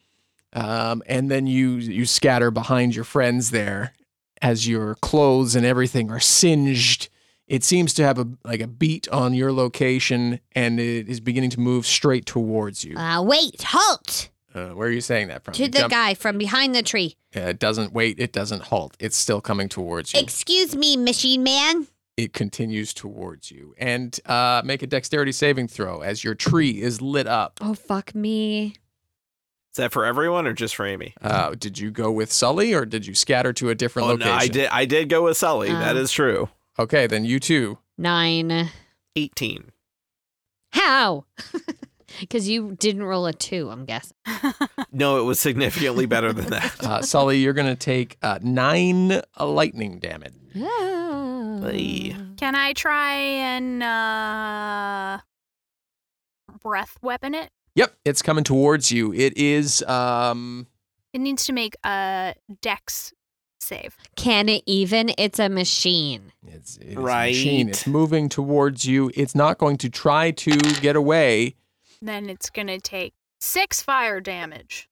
[SPEAKER 1] Um, and then you you scatter behind your friends there as your clothes and everything are singed. It seems to have a like a beat on your location, and it is beginning to move straight towards you.
[SPEAKER 2] Uh, wait, halt
[SPEAKER 1] Uh, where are you saying that from?
[SPEAKER 2] to
[SPEAKER 1] You
[SPEAKER 2] the
[SPEAKER 1] jump-
[SPEAKER 2] guy from behind the tree.
[SPEAKER 1] Yeah, it doesn't wait. It doesn't halt. It's still coming towards you.
[SPEAKER 2] Excuse me, machine man.
[SPEAKER 1] it continues towards you, and uh, make a dexterity saving throw as your tree is lit up.
[SPEAKER 2] Oh, fuck me.
[SPEAKER 4] Is that for everyone or just for Amy?
[SPEAKER 1] Uh, did you go with Sully, or did you scatter to a different
[SPEAKER 4] Oh,
[SPEAKER 1] location?
[SPEAKER 4] no, I did. I did go with Sully.
[SPEAKER 2] Um,
[SPEAKER 4] that is true.
[SPEAKER 1] Okay, then you too.
[SPEAKER 2] Nine.
[SPEAKER 4] Eighteen.
[SPEAKER 2] How? Because you didn't roll a two, I'm guessing.
[SPEAKER 4] No, it was significantly better than that.
[SPEAKER 1] Uh, Sully, you're going to take uh, nine uh, lightning damage.
[SPEAKER 2] Ah.
[SPEAKER 4] Hey.
[SPEAKER 3] Can I try and uh, breath weapon it?
[SPEAKER 1] Yep, it's coming towards you. It is. Um,
[SPEAKER 3] It needs to make a dex save.
[SPEAKER 2] Can it even? It's a machine.
[SPEAKER 1] it's, it is a machine.
[SPEAKER 4] Right.
[SPEAKER 1] It's moving towards you. It's not going to try to get away.
[SPEAKER 3] Then it's going to take six fire damage.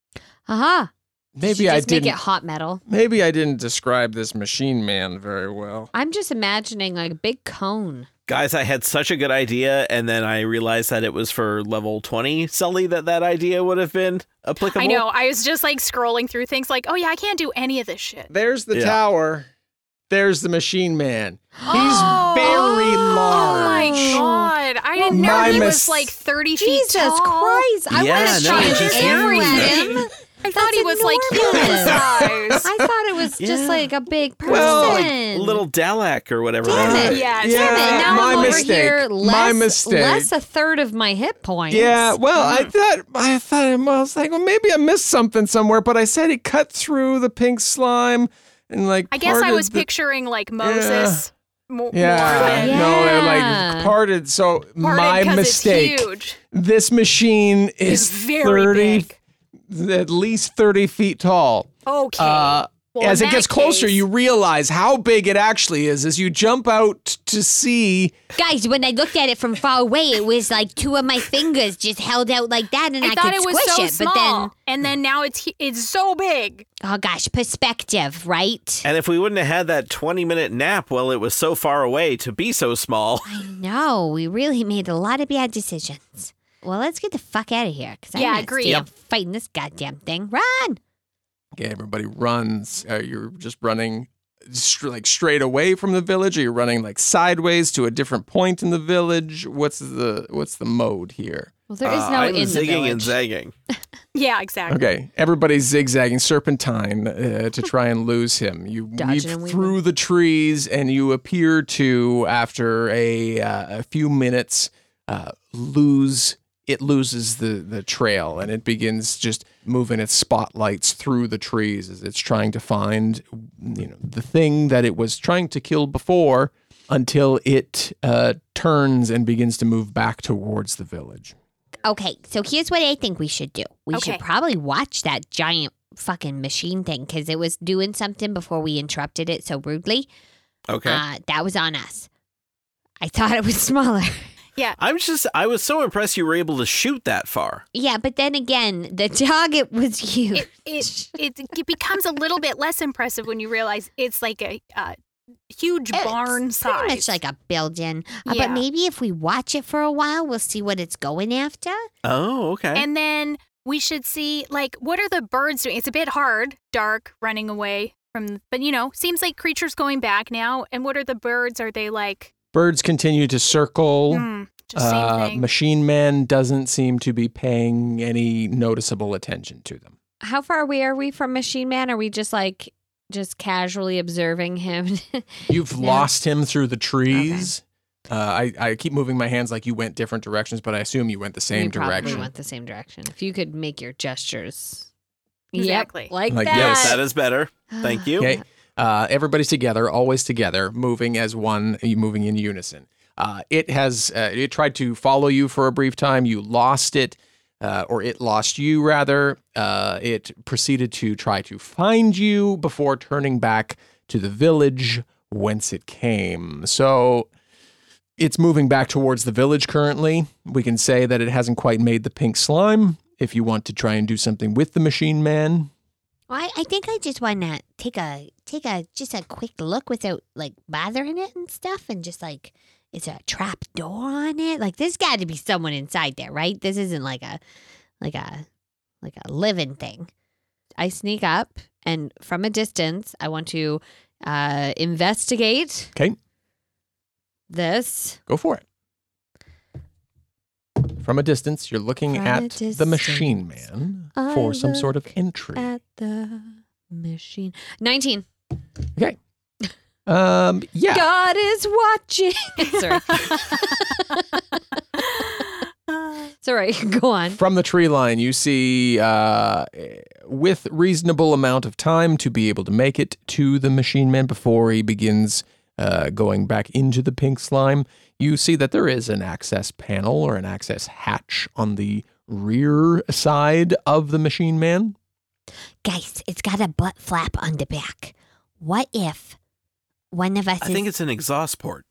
[SPEAKER 2] Aha. Did
[SPEAKER 1] Maybe
[SPEAKER 2] you
[SPEAKER 1] I
[SPEAKER 2] just
[SPEAKER 1] didn't.
[SPEAKER 2] make it hot metal.
[SPEAKER 1] maybe I didn't describe this machine man very well.
[SPEAKER 2] I'm just imagining like a big cone.
[SPEAKER 4] Guys, I had such a good idea, and then I realized that it was for level twenty Sully that that idea would have been applicable.
[SPEAKER 3] I know. I was just like scrolling through things like, oh yeah, I can't do any of this shit.
[SPEAKER 1] There's the
[SPEAKER 4] Yeah.
[SPEAKER 1] tower. There's the machine man. He's
[SPEAKER 3] Oh!
[SPEAKER 1] very
[SPEAKER 3] Oh my
[SPEAKER 1] large.
[SPEAKER 3] god. I didn't know
[SPEAKER 1] my
[SPEAKER 3] he
[SPEAKER 1] mis-
[SPEAKER 3] was like 30 feet
[SPEAKER 2] Jesus
[SPEAKER 3] tall.
[SPEAKER 2] Christ. I
[SPEAKER 4] Yeah,
[SPEAKER 2] want to
[SPEAKER 4] no,
[SPEAKER 2] try
[SPEAKER 4] it's
[SPEAKER 2] and
[SPEAKER 4] just
[SPEAKER 2] air at
[SPEAKER 4] huge.
[SPEAKER 2] him.
[SPEAKER 3] I thought he was like human
[SPEAKER 2] enormous.
[SPEAKER 3] size.
[SPEAKER 2] I thought it was just
[SPEAKER 4] Yeah.
[SPEAKER 2] like a big person.
[SPEAKER 1] Well, like,
[SPEAKER 4] Oh, Little Dalek or whatever.
[SPEAKER 2] Damn it.
[SPEAKER 4] that is.
[SPEAKER 3] Yeah,
[SPEAKER 2] Damn it,
[SPEAKER 3] Yeah,
[SPEAKER 2] now
[SPEAKER 1] my
[SPEAKER 2] I'm over
[SPEAKER 1] mistake.
[SPEAKER 2] here less,
[SPEAKER 1] my mistake.
[SPEAKER 2] less a third of my hit points.
[SPEAKER 1] Yeah, well, I thought I thought I was like, well, maybe I missed something somewhere, but I said it cut through the pink slime and like.
[SPEAKER 3] I guess I
[SPEAKER 1] parted
[SPEAKER 3] was
[SPEAKER 1] the-
[SPEAKER 3] picturing like Moses. mo- More
[SPEAKER 1] Yeah,
[SPEAKER 3] than
[SPEAKER 2] Yeah.
[SPEAKER 1] no, it like parted. So
[SPEAKER 3] parted 'cause
[SPEAKER 1] my mistake.
[SPEAKER 3] It's huge.
[SPEAKER 1] This machine
[SPEAKER 3] It's
[SPEAKER 1] is
[SPEAKER 3] very
[SPEAKER 1] thirty,
[SPEAKER 3] big.
[SPEAKER 1] at least thirty feet tall.
[SPEAKER 3] Okay.
[SPEAKER 1] Uh,
[SPEAKER 3] Well,
[SPEAKER 1] as
[SPEAKER 3] in
[SPEAKER 1] it
[SPEAKER 3] that
[SPEAKER 1] gets closer,
[SPEAKER 3] case-
[SPEAKER 1] you realize how big it actually is. As you jump out to see,
[SPEAKER 2] Guys, when I looked at it from far away, it was like two of my fingers just held out like that, and I,
[SPEAKER 3] I, thought
[SPEAKER 2] could
[SPEAKER 3] it was
[SPEAKER 2] squish
[SPEAKER 3] so
[SPEAKER 2] it.
[SPEAKER 3] small,
[SPEAKER 2] But
[SPEAKER 3] and then now it's hu- it's so big.
[SPEAKER 2] then, oh gosh, perspective, right?
[SPEAKER 4] And if we wouldn't have had that 20 minute nap while it was so far away to be so small,
[SPEAKER 2] I know we really made a lot of bad decisions. Well, let's get the fuck out of here because
[SPEAKER 3] Yeah,
[SPEAKER 2] I'm not
[SPEAKER 3] agree.
[SPEAKER 2] staying
[SPEAKER 3] Yep.
[SPEAKER 2] fighting this goddamn thing. Run!
[SPEAKER 1] okay, everybody runs. Uh, you're just running str like straight away from the village, or you're running like sideways to a different point in the village. What's the what's the mode here?
[SPEAKER 2] Well, there is
[SPEAKER 4] uh,
[SPEAKER 2] no
[SPEAKER 4] I'm
[SPEAKER 2] in the
[SPEAKER 4] zigging
[SPEAKER 2] village.
[SPEAKER 4] and zagging.
[SPEAKER 3] Yeah, exactly.
[SPEAKER 1] Okay, everybody's zigzagging serpentine uh, to try and lose him. You
[SPEAKER 2] Dodging and
[SPEAKER 1] weave
[SPEAKER 2] weaving.
[SPEAKER 1] through the trees, and you appear to, after a uh, a few minutes, uh, lose. It loses the the trail, and it begins just moving its spotlights through the trees as it's trying to find, you know, the thing that it was trying to kill before until it uh, turns and begins to move back towards the village.
[SPEAKER 2] Okay, so here's what I think we should do. We
[SPEAKER 3] Okay.
[SPEAKER 2] should probably watch that giant fucking machine thing because it was doing something before we interrupted it so rudely.
[SPEAKER 4] Okay.
[SPEAKER 2] Uh, that was on us. I thought it was smaller.
[SPEAKER 4] I'm just I was so impressed you were able to shoot that far.
[SPEAKER 2] yeah, but then again, the target was huge.
[SPEAKER 3] It it, it it becomes a little bit less impressive when you realize it's like a uh, huge
[SPEAKER 2] It's
[SPEAKER 3] barn size.
[SPEAKER 2] Pretty much like a building. Uh,
[SPEAKER 3] Yeah.
[SPEAKER 2] but maybe if we watch it for a while, we'll see what it's going after.
[SPEAKER 4] Oh, okay.
[SPEAKER 3] And then we should see like what are the birds doing? It's a bit hard, dark, running away from but you know, seems like creatures going back now. And what are the birds? Are they like
[SPEAKER 1] Birds continue to circle.
[SPEAKER 3] hmm, just same
[SPEAKER 1] Uh,
[SPEAKER 3] thing?
[SPEAKER 1] Machine Man doesn't seem to be paying any noticeable attention to them.
[SPEAKER 2] How far away are we from Machine Man? Are we just like just casually observing him?
[SPEAKER 1] You've
[SPEAKER 2] Yeah.
[SPEAKER 1] lost him through the trees. Uh, I, I keep moving my hands like you went different directions, but I assume you went the same
[SPEAKER 2] you Probably
[SPEAKER 1] direction.
[SPEAKER 2] went the same direction. If you could make your gestures
[SPEAKER 3] Exactly.
[SPEAKER 2] yep, like,
[SPEAKER 1] Like,
[SPEAKER 2] that.
[SPEAKER 4] yes, that is better. Thank you.
[SPEAKER 1] Okay. Uh, everybody's together, always together, moving as one, moving in unison. Uh, it has uh, it tried to follow you for a brief time. You lost it, uh, or it lost you rather. Uh, it proceeded to try to find you before turning back to the village whence it came. So it's moving back towards the village currently. We can say that it hasn't quite made the pink slime. If you want to try and do something with the machine man,
[SPEAKER 2] Well, I, I think I just want to take a take a just a quick look without like bothering it and stuff, and just like is there a trap door on it? Like there's got to be someone inside there, right? This isn't like a like a like a living thing. I sneak up and from a distance, I want to uh, investigate.
[SPEAKER 1] 'Kay.
[SPEAKER 2] This
[SPEAKER 1] Go for it. From a distance, you're looking
[SPEAKER 2] From a
[SPEAKER 1] at the
[SPEAKER 2] distance,
[SPEAKER 1] machine man
[SPEAKER 2] I
[SPEAKER 1] for some sort of
[SPEAKER 2] look
[SPEAKER 1] entry.
[SPEAKER 2] at the machine. Nineteen.
[SPEAKER 1] um, yeah.
[SPEAKER 2] God is watching. Sorry.
[SPEAKER 3] Uh,
[SPEAKER 2] Sorry. Go on.
[SPEAKER 1] From the tree line, you see, uh, with reasonable amount of time to be able to make it to the machine man before he begins uh, going back into the pink slime, you see that there is an access panel or an access hatch on the rear side of the machine man.
[SPEAKER 2] Guys, it's got a butt flap on the back. What if one of us
[SPEAKER 4] I
[SPEAKER 2] is.
[SPEAKER 4] think it's an exhaust port.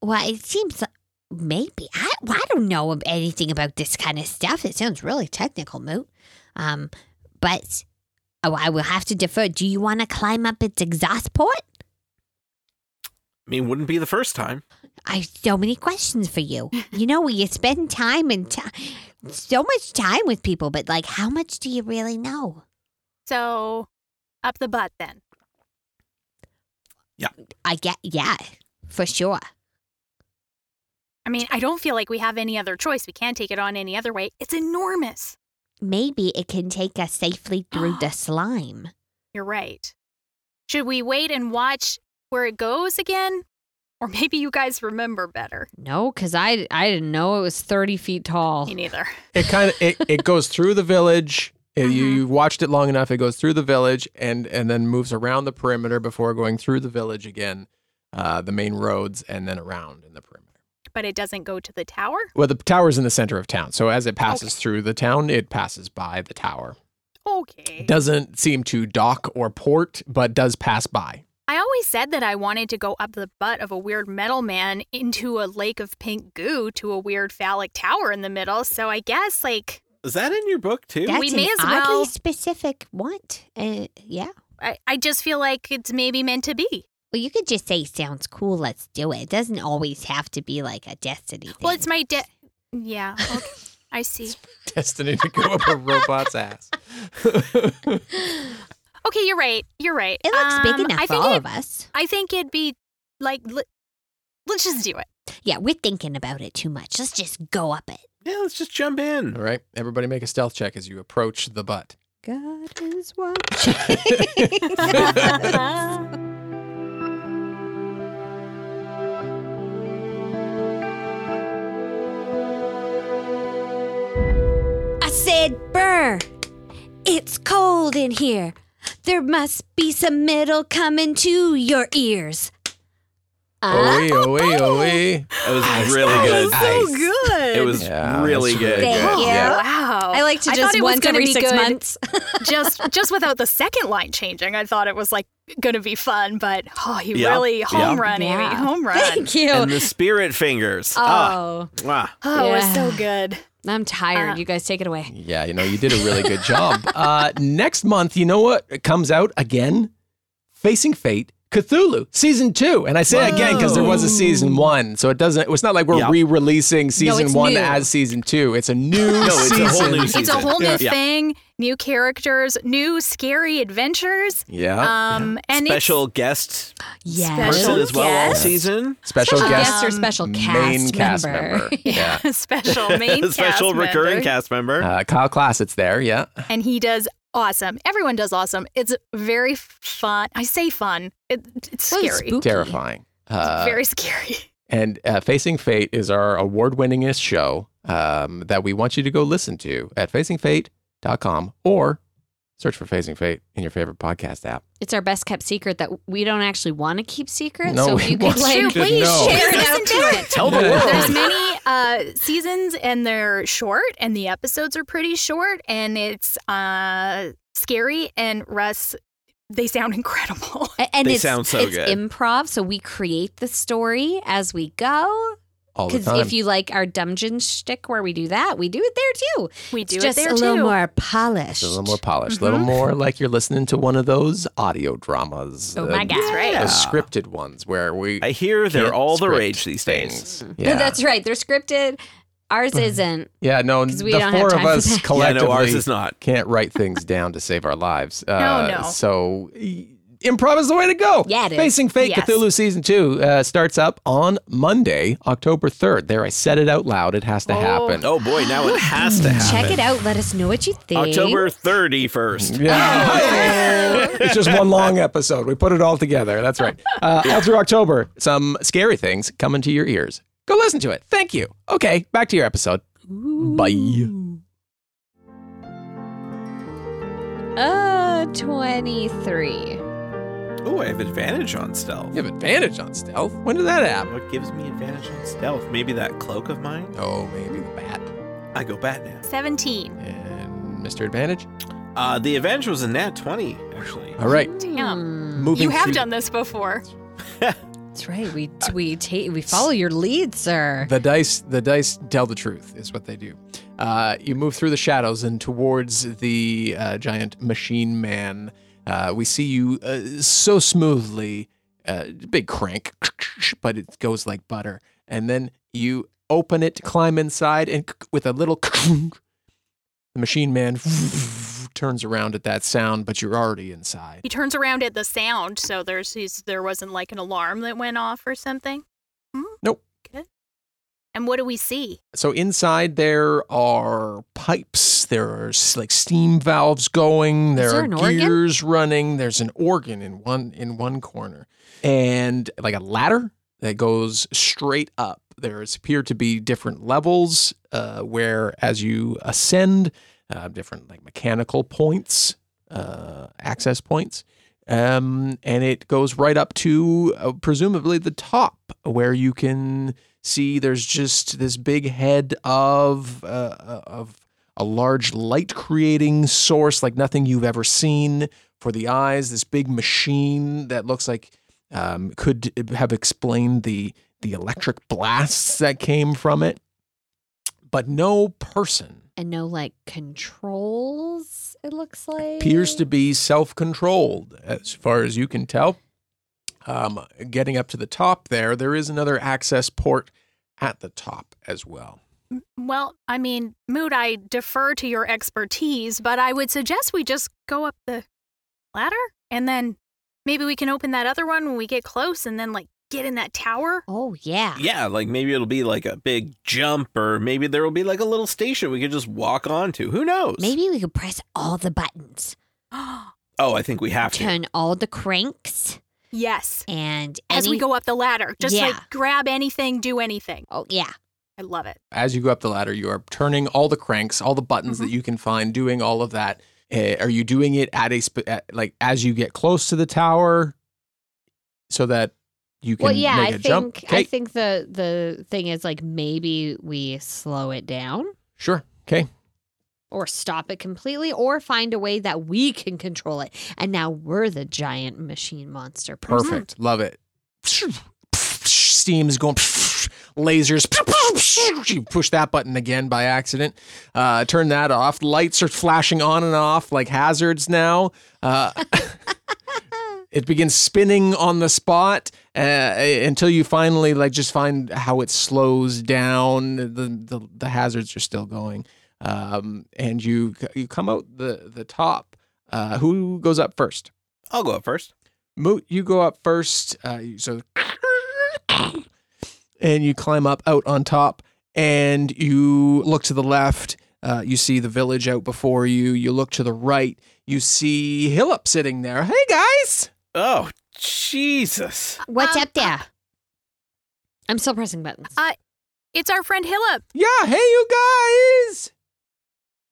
[SPEAKER 2] well, it seems like. Maybe. I, I don't know ab- anything about this kind of stuff. It sounds really technical, Moot. Um, but oh, I will have to defer. Do you want to climb up its exhaust port?
[SPEAKER 4] I mean, wouldn't be the first time.
[SPEAKER 2] I have so many questions for you. You know, you spend time and ti so much time with people, but like, how much do you really know?
[SPEAKER 3] so up the butt then.
[SPEAKER 2] I get, yeah, for sure.
[SPEAKER 3] I mean, I don't feel like we have any other choice. We can't take it on any other way. It's enormous.
[SPEAKER 2] Maybe it can take us safely through the slime.
[SPEAKER 3] You're right. Should we wait and watch where it goes again? Or maybe you guys remember better.
[SPEAKER 2] No, because I, I didn't know it was 30 feet tall.
[SPEAKER 3] Me neither.
[SPEAKER 1] it kind of it, it goes through the village Uh, you,
[SPEAKER 3] Mhm.
[SPEAKER 1] you watched it long enough it goes through the village and and then moves around the perimeter before going through the village again uh, the main roads and then around in the perimeter
[SPEAKER 3] But it doesn't go to the tower?
[SPEAKER 1] well the tower's in the center of town so as it passes through the town it passes by the tower
[SPEAKER 3] Okay.
[SPEAKER 1] doesn't seem to dock or port but does pass by
[SPEAKER 3] I always said that I wanted to go up the butt of a weird metal man into a lake of pink goo to a weird phallic tower in the middle. So I guess, like,
[SPEAKER 4] Is that in your book too?
[SPEAKER 2] That's
[SPEAKER 3] We
[SPEAKER 2] an
[SPEAKER 3] may as
[SPEAKER 2] oddly
[SPEAKER 3] well-
[SPEAKER 2] specific want. Uh, yeah.
[SPEAKER 3] I, I just feel like it's maybe meant to be.
[SPEAKER 2] Well, you could just say, sounds cool, let's do it. It doesn't always have to be like a destiny thing.
[SPEAKER 3] Well, it's my de Yeah. Okay. I see.
[SPEAKER 1] destined to go up a robot's ass
[SPEAKER 3] Okay, you're right. You're right.
[SPEAKER 2] It looks big
[SPEAKER 3] Um,
[SPEAKER 2] enough
[SPEAKER 3] I
[SPEAKER 2] for
[SPEAKER 3] think
[SPEAKER 2] all
[SPEAKER 3] it-
[SPEAKER 2] of us.
[SPEAKER 3] I think it'd be like, le- let's just do it.
[SPEAKER 2] Yeah, we're thinking about it too much. Let's just go up it.
[SPEAKER 4] Yeah, let's just jump
[SPEAKER 1] all
[SPEAKER 4] in.
[SPEAKER 1] right everybody make a stealth check as you approach the butt
[SPEAKER 2] God is watching. I said, Burr, cold in here. There must be some middle coming to your ears.
[SPEAKER 4] Oh,
[SPEAKER 2] Uh-huh.
[SPEAKER 1] Oe, oe, oe.
[SPEAKER 4] It was really good.
[SPEAKER 3] so good.
[SPEAKER 4] It was
[SPEAKER 1] Yeah,
[SPEAKER 4] really
[SPEAKER 1] that's really
[SPEAKER 4] good.
[SPEAKER 2] Thank
[SPEAKER 3] Oh,
[SPEAKER 2] you.
[SPEAKER 3] Wow.
[SPEAKER 2] I like to
[SPEAKER 3] thought
[SPEAKER 2] just
[SPEAKER 3] it was
[SPEAKER 2] once
[SPEAKER 3] gonna
[SPEAKER 2] every
[SPEAKER 3] be
[SPEAKER 2] six
[SPEAKER 3] good
[SPEAKER 2] months.
[SPEAKER 3] just just without the second line changing. I thought it was like going to be fun, but oh, you
[SPEAKER 4] Yeah.
[SPEAKER 3] really home
[SPEAKER 4] Yeah.
[SPEAKER 3] run, Amy.
[SPEAKER 2] Yeah.
[SPEAKER 3] Home run.
[SPEAKER 2] Thank you.
[SPEAKER 4] And the spirit fingers. Ah,
[SPEAKER 2] oh,
[SPEAKER 4] ah.
[SPEAKER 3] Oh, it was so
[SPEAKER 2] Yeah.
[SPEAKER 3] good.
[SPEAKER 2] I'm tired.
[SPEAKER 3] Uh,
[SPEAKER 2] you guys take it away.
[SPEAKER 1] Yeah, you know, you did a really good job. Uh, next month, you know what comes out again? Facing Fate, Cthulhu, season two. And I say again because there was a season one. So it doesn't, it's not like we're
[SPEAKER 4] Yeah.
[SPEAKER 1] re releasing season
[SPEAKER 2] it's
[SPEAKER 1] one
[SPEAKER 2] new.
[SPEAKER 1] as season two. It's a new
[SPEAKER 4] No, it's
[SPEAKER 1] season.
[SPEAKER 4] a whole new season.
[SPEAKER 3] It's a whole new
[SPEAKER 4] Yeah.
[SPEAKER 3] thing, new characters, new scary adventures.
[SPEAKER 1] yeah.
[SPEAKER 2] Uh,
[SPEAKER 3] Um, and it's-
[SPEAKER 4] Oh, Special guest
[SPEAKER 2] Yes.
[SPEAKER 4] person as well all
[SPEAKER 3] guest?
[SPEAKER 4] season.
[SPEAKER 1] special,
[SPEAKER 2] Special
[SPEAKER 1] guest,
[SPEAKER 2] guest or special
[SPEAKER 1] main
[SPEAKER 2] cast
[SPEAKER 1] cast
[SPEAKER 2] member.
[SPEAKER 1] member. Yeah.
[SPEAKER 3] special main
[SPEAKER 4] Special
[SPEAKER 3] cast
[SPEAKER 4] recurring
[SPEAKER 3] member.
[SPEAKER 4] cast member.
[SPEAKER 1] Uh, Kyle Klassett's there. Yeah.
[SPEAKER 3] and he does awesome. Everyone does awesome. It's very fun. I say fun. It, it's
[SPEAKER 2] Well, it's
[SPEAKER 3] scary.
[SPEAKER 2] spooky.
[SPEAKER 1] Terrifying.
[SPEAKER 3] It's
[SPEAKER 1] Uh,
[SPEAKER 3] very scary.
[SPEAKER 1] And uh, Facing Fate is our award winningest show um, that we want you to go listen to at facingfate.com or search for Facing Fate in your favorite podcast app.
[SPEAKER 2] It's our best kept secret that we don't actually want to keep secret.
[SPEAKER 1] No,
[SPEAKER 2] so
[SPEAKER 1] we
[SPEAKER 2] if you
[SPEAKER 1] want
[SPEAKER 2] could like
[SPEAKER 1] you to
[SPEAKER 2] please
[SPEAKER 1] know.
[SPEAKER 2] share it
[SPEAKER 3] Listen
[SPEAKER 2] out
[SPEAKER 3] to
[SPEAKER 2] to
[SPEAKER 3] it.
[SPEAKER 4] Tell the
[SPEAKER 1] Yeah.
[SPEAKER 4] world.
[SPEAKER 3] There's many uh, seasons, and they're short, and the episodes are pretty short, and it's uh, scary. And Russ, they sound incredible.
[SPEAKER 2] A- And
[SPEAKER 4] They
[SPEAKER 2] it's,
[SPEAKER 4] sound so
[SPEAKER 2] it's
[SPEAKER 4] good.
[SPEAKER 2] improv, so we create the story as we go.
[SPEAKER 1] All the
[SPEAKER 2] Because
[SPEAKER 1] time.
[SPEAKER 2] if you like our dungeon shtick where we do that, we do it there too.
[SPEAKER 3] We do
[SPEAKER 2] it's
[SPEAKER 3] it
[SPEAKER 2] just
[SPEAKER 3] there
[SPEAKER 2] a little
[SPEAKER 3] too.
[SPEAKER 2] more
[SPEAKER 1] It's
[SPEAKER 2] polished.
[SPEAKER 1] a little more polished, a
[SPEAKER 2] Mm-hmm.
[SPEAKER 1] little more like you're listening to one of those audio dramas.
[SPEAKER 2] Oh
[SPEAKER 1] uh,
[SPEAKER 2] my God.
[SPEAKER 3] That's right.
[SPEAKER 1] Those scripted ones where we.
[SPEAKER 4] I hear they're
[SPEAKER 1] can't
[SPEAKER 4] all the
[SPEAKER 1] script
[SPEAKER 4] rage these days.
[SPEAKER 1] things.
[SPEAKER 2] But
[SPEAKER 1] Yeah.
[SPEAKER 2] Mm.
[SPEAKER 1] Mm-hmm.
[SPEAKER 2] That's right. They're scripted. Ours isn't.
[SPEAKER 1] yeah, no,
[SPEAKER 2] 'Cause we
[SPEAKER 1] the
[SPEAKER 2] don't have
[SPEAKER 1] four
[SPEAKER 2] time
[SPEAKER 1] of
[SPEAKER 2] for
[SPEAKER 1] us
[SPEAKER 2] that.
[SPEAKER 4] Yeah,
[SPEAKER 1] collectively
[SPEAKER 4] no, ours is not.
[SPEAKER 1] can't write things down to save our lives. Uh,
[SPEAKER 3] no.
[SPEAKER 1] So y- improv is the way to go.
[SPEAKER 2] Yeah, it is.
[SPEAKER 1] Facing Fate
[SPEAKER 3] Yes.
[SPEAKER 1] Cthulhu Season 2 uh, starts up on Monday, October 3rd. There, I said it out loud. It has to
[SPEAKER 3] Oh.
[SPEAKER 1] happen.
[SPEAKER 4] Oh boy, now it has to happen.
[SPEAKER 2] Check it out. Let us know what you think.
[SPEAKER 4] October 31st.
[SPEAKER 1] Yeah. it's just one long episode. We put it all together. That's right. Uh, all through October, some scary things coming to your ears. Go listen to it. Thank you. Okay, back to your episode. Bye.
[SPEAKER 2] Uh, 23.
[SPEAKER 4] Oh, I have advantage on stealth.
[SPEAKER 1] You have advantage on stealth. When did that happen?
[SPEAKER 4] What gives me advantage on stealth? Maybe that cloak of mine?
[SPEAKER 1] Oh, maybe the bat.
[SPEAKER 4] I go bat now.
[SPEAKER 3] Seventeen.
[SPEAKER 1] And Mr. Advantage?
[SPEAKER 4] Uh, the advantage was a nat 20, actually.
[SPEAKER 1] All right.
[SPEAKER 2] Hmm.
[SPEAKER 3] Damn.
[SPEAKER 1] Moving
[SPEAKER 3] You have
[SPEAKER 1] to
[SPEAKER 3] done this before.
[SPEAKER 2] That's right. We we take we follow your lead, sir.
[SPEAKER 1] Uh, The dice, the dice tell the truth is what they do. Uh, you move through the shadows and towards the uh, giant machine man. Uh, we see you uh, so smoothly, uh, big crank, but it goes like butter. And then you open it, climb inside, and with a little, the machine man turns around at that sound, but you're already inside.
[SPEAKER 3] He turns around at the sound, so there's he's, there wasn't like an alarm that went off or something. Hmm?
[SPEAKER 1] Nope.
[SPEAKER 3] Good. And what do we see?
[SPEAKER 1] So inside there are pipes, there are s- like steam valves going, there,
[SPEAKER 2] there
[SPEAKER 1] are
[SPEAKER 2] an organ?
[SPEAKER 1] gears running, there's an organ in one in one corner. And like a ladder that goes straight up. There's appear to be different levels uh, where as you ascend, uh, different like mechanical points, uh, access points. Um, and it goes right up to uh, presumably the top where you can see there's just this big head of uh, of a large light creating source like nothing you've ever seen for the eyes this big machine that looks like um, could have explained the the electric blasts that came from it but no person
[SPEAKER 2] And no like controls, it looks like.
[SPEAKER 1] appears to be self controlled, as far as you can tell. Um, getting up to the top there, there is another access port at the top as well.
[SPEAKER 3] Well, I mean, Mood, I defer to your expertise, but I would suggest we just go up the ladder and then maybe we can open that other one when we get close and then, like, get in that tower.
[SPEAKER 2] Oh yeah.
[SPEAKER 4] Yeah, like maybe it'll be like a big jump, or maybe there will be like a little station we could just walk onto. Who knows?
[SPEAKER 2] Maybe we could press all the buttons,
[SPEAKER 4] Oh, I think we have to.
[SPEAKER 2] turn all the cranks,
[SPEAKER 3] yes.
[SPEAKER 2] and
[SPEAKER 3] As we
[SPEAKER 2] any-
[SPEAKER 3] go up the ladder, just
[SPEAKER 2] Yeah.
[SPEAKER 3] like grab anything, do anything.
[SPEAKER 2] Oh yeah.
[SPEAKER 3] I love it.
[SPEAKER 1] As you go up the ladder, you are turning all the cranks, all the buttons
[SPEAKER 2] Mm-hmm.
[SPEAKER 3] Mhm.
[SPEAKER 1] that you can find, doing all of that. Eh, are you doing it at a sp- at, like as you get close to the tower, so that you can
[SPEAKER 2] Well, yeah,
[SPEAKER 1] make
[SPEAKER 2] I
[SPEAKER 1] a
[SPEAKER 2] think
[SPEAKER 1] jump?
[SPEAKER 2] I
[SPEAKER 1] Okay.
[SPEAKER 2] think the the thing is like maybe we slow it down
[SPEAKER 1] sure. Okay.
[SPEAKER 2] or stop it completely or find a way that we can control it. And now we're the giant machine monster person.
[SPEAKER 1] Perfect. Love it. Steam's going. Lasers. You push that button again by accident. Uh, turn that off. Lights are flashing on and off like hazards now. Uh, it begins spinning on the spot uh, until you finally like just find how it slows down. The the, the hazards are still going, um, and you you come out the the top. Uh, who goes up first?
[SPEAKER 4] I'll go up first.
[SPEAKER 1] Moot, you go up first. Uh, you- so, and you climb up out on top, and you look to the left. Uh, you see the village out before you. You look to the right. You see Hillip sitting there. Hey guys!
[SPEAKER 4] Oh, Jesus.
[SPEAKER 2] What's
[SPEAKER 3] Um,
[SPEAKER 2] up there? uh, I'm still pressing buttons.
[SPEAKER 3] Uh, It's our friend Hillip.
[SPEAKER 1] Yeah, hey you guys!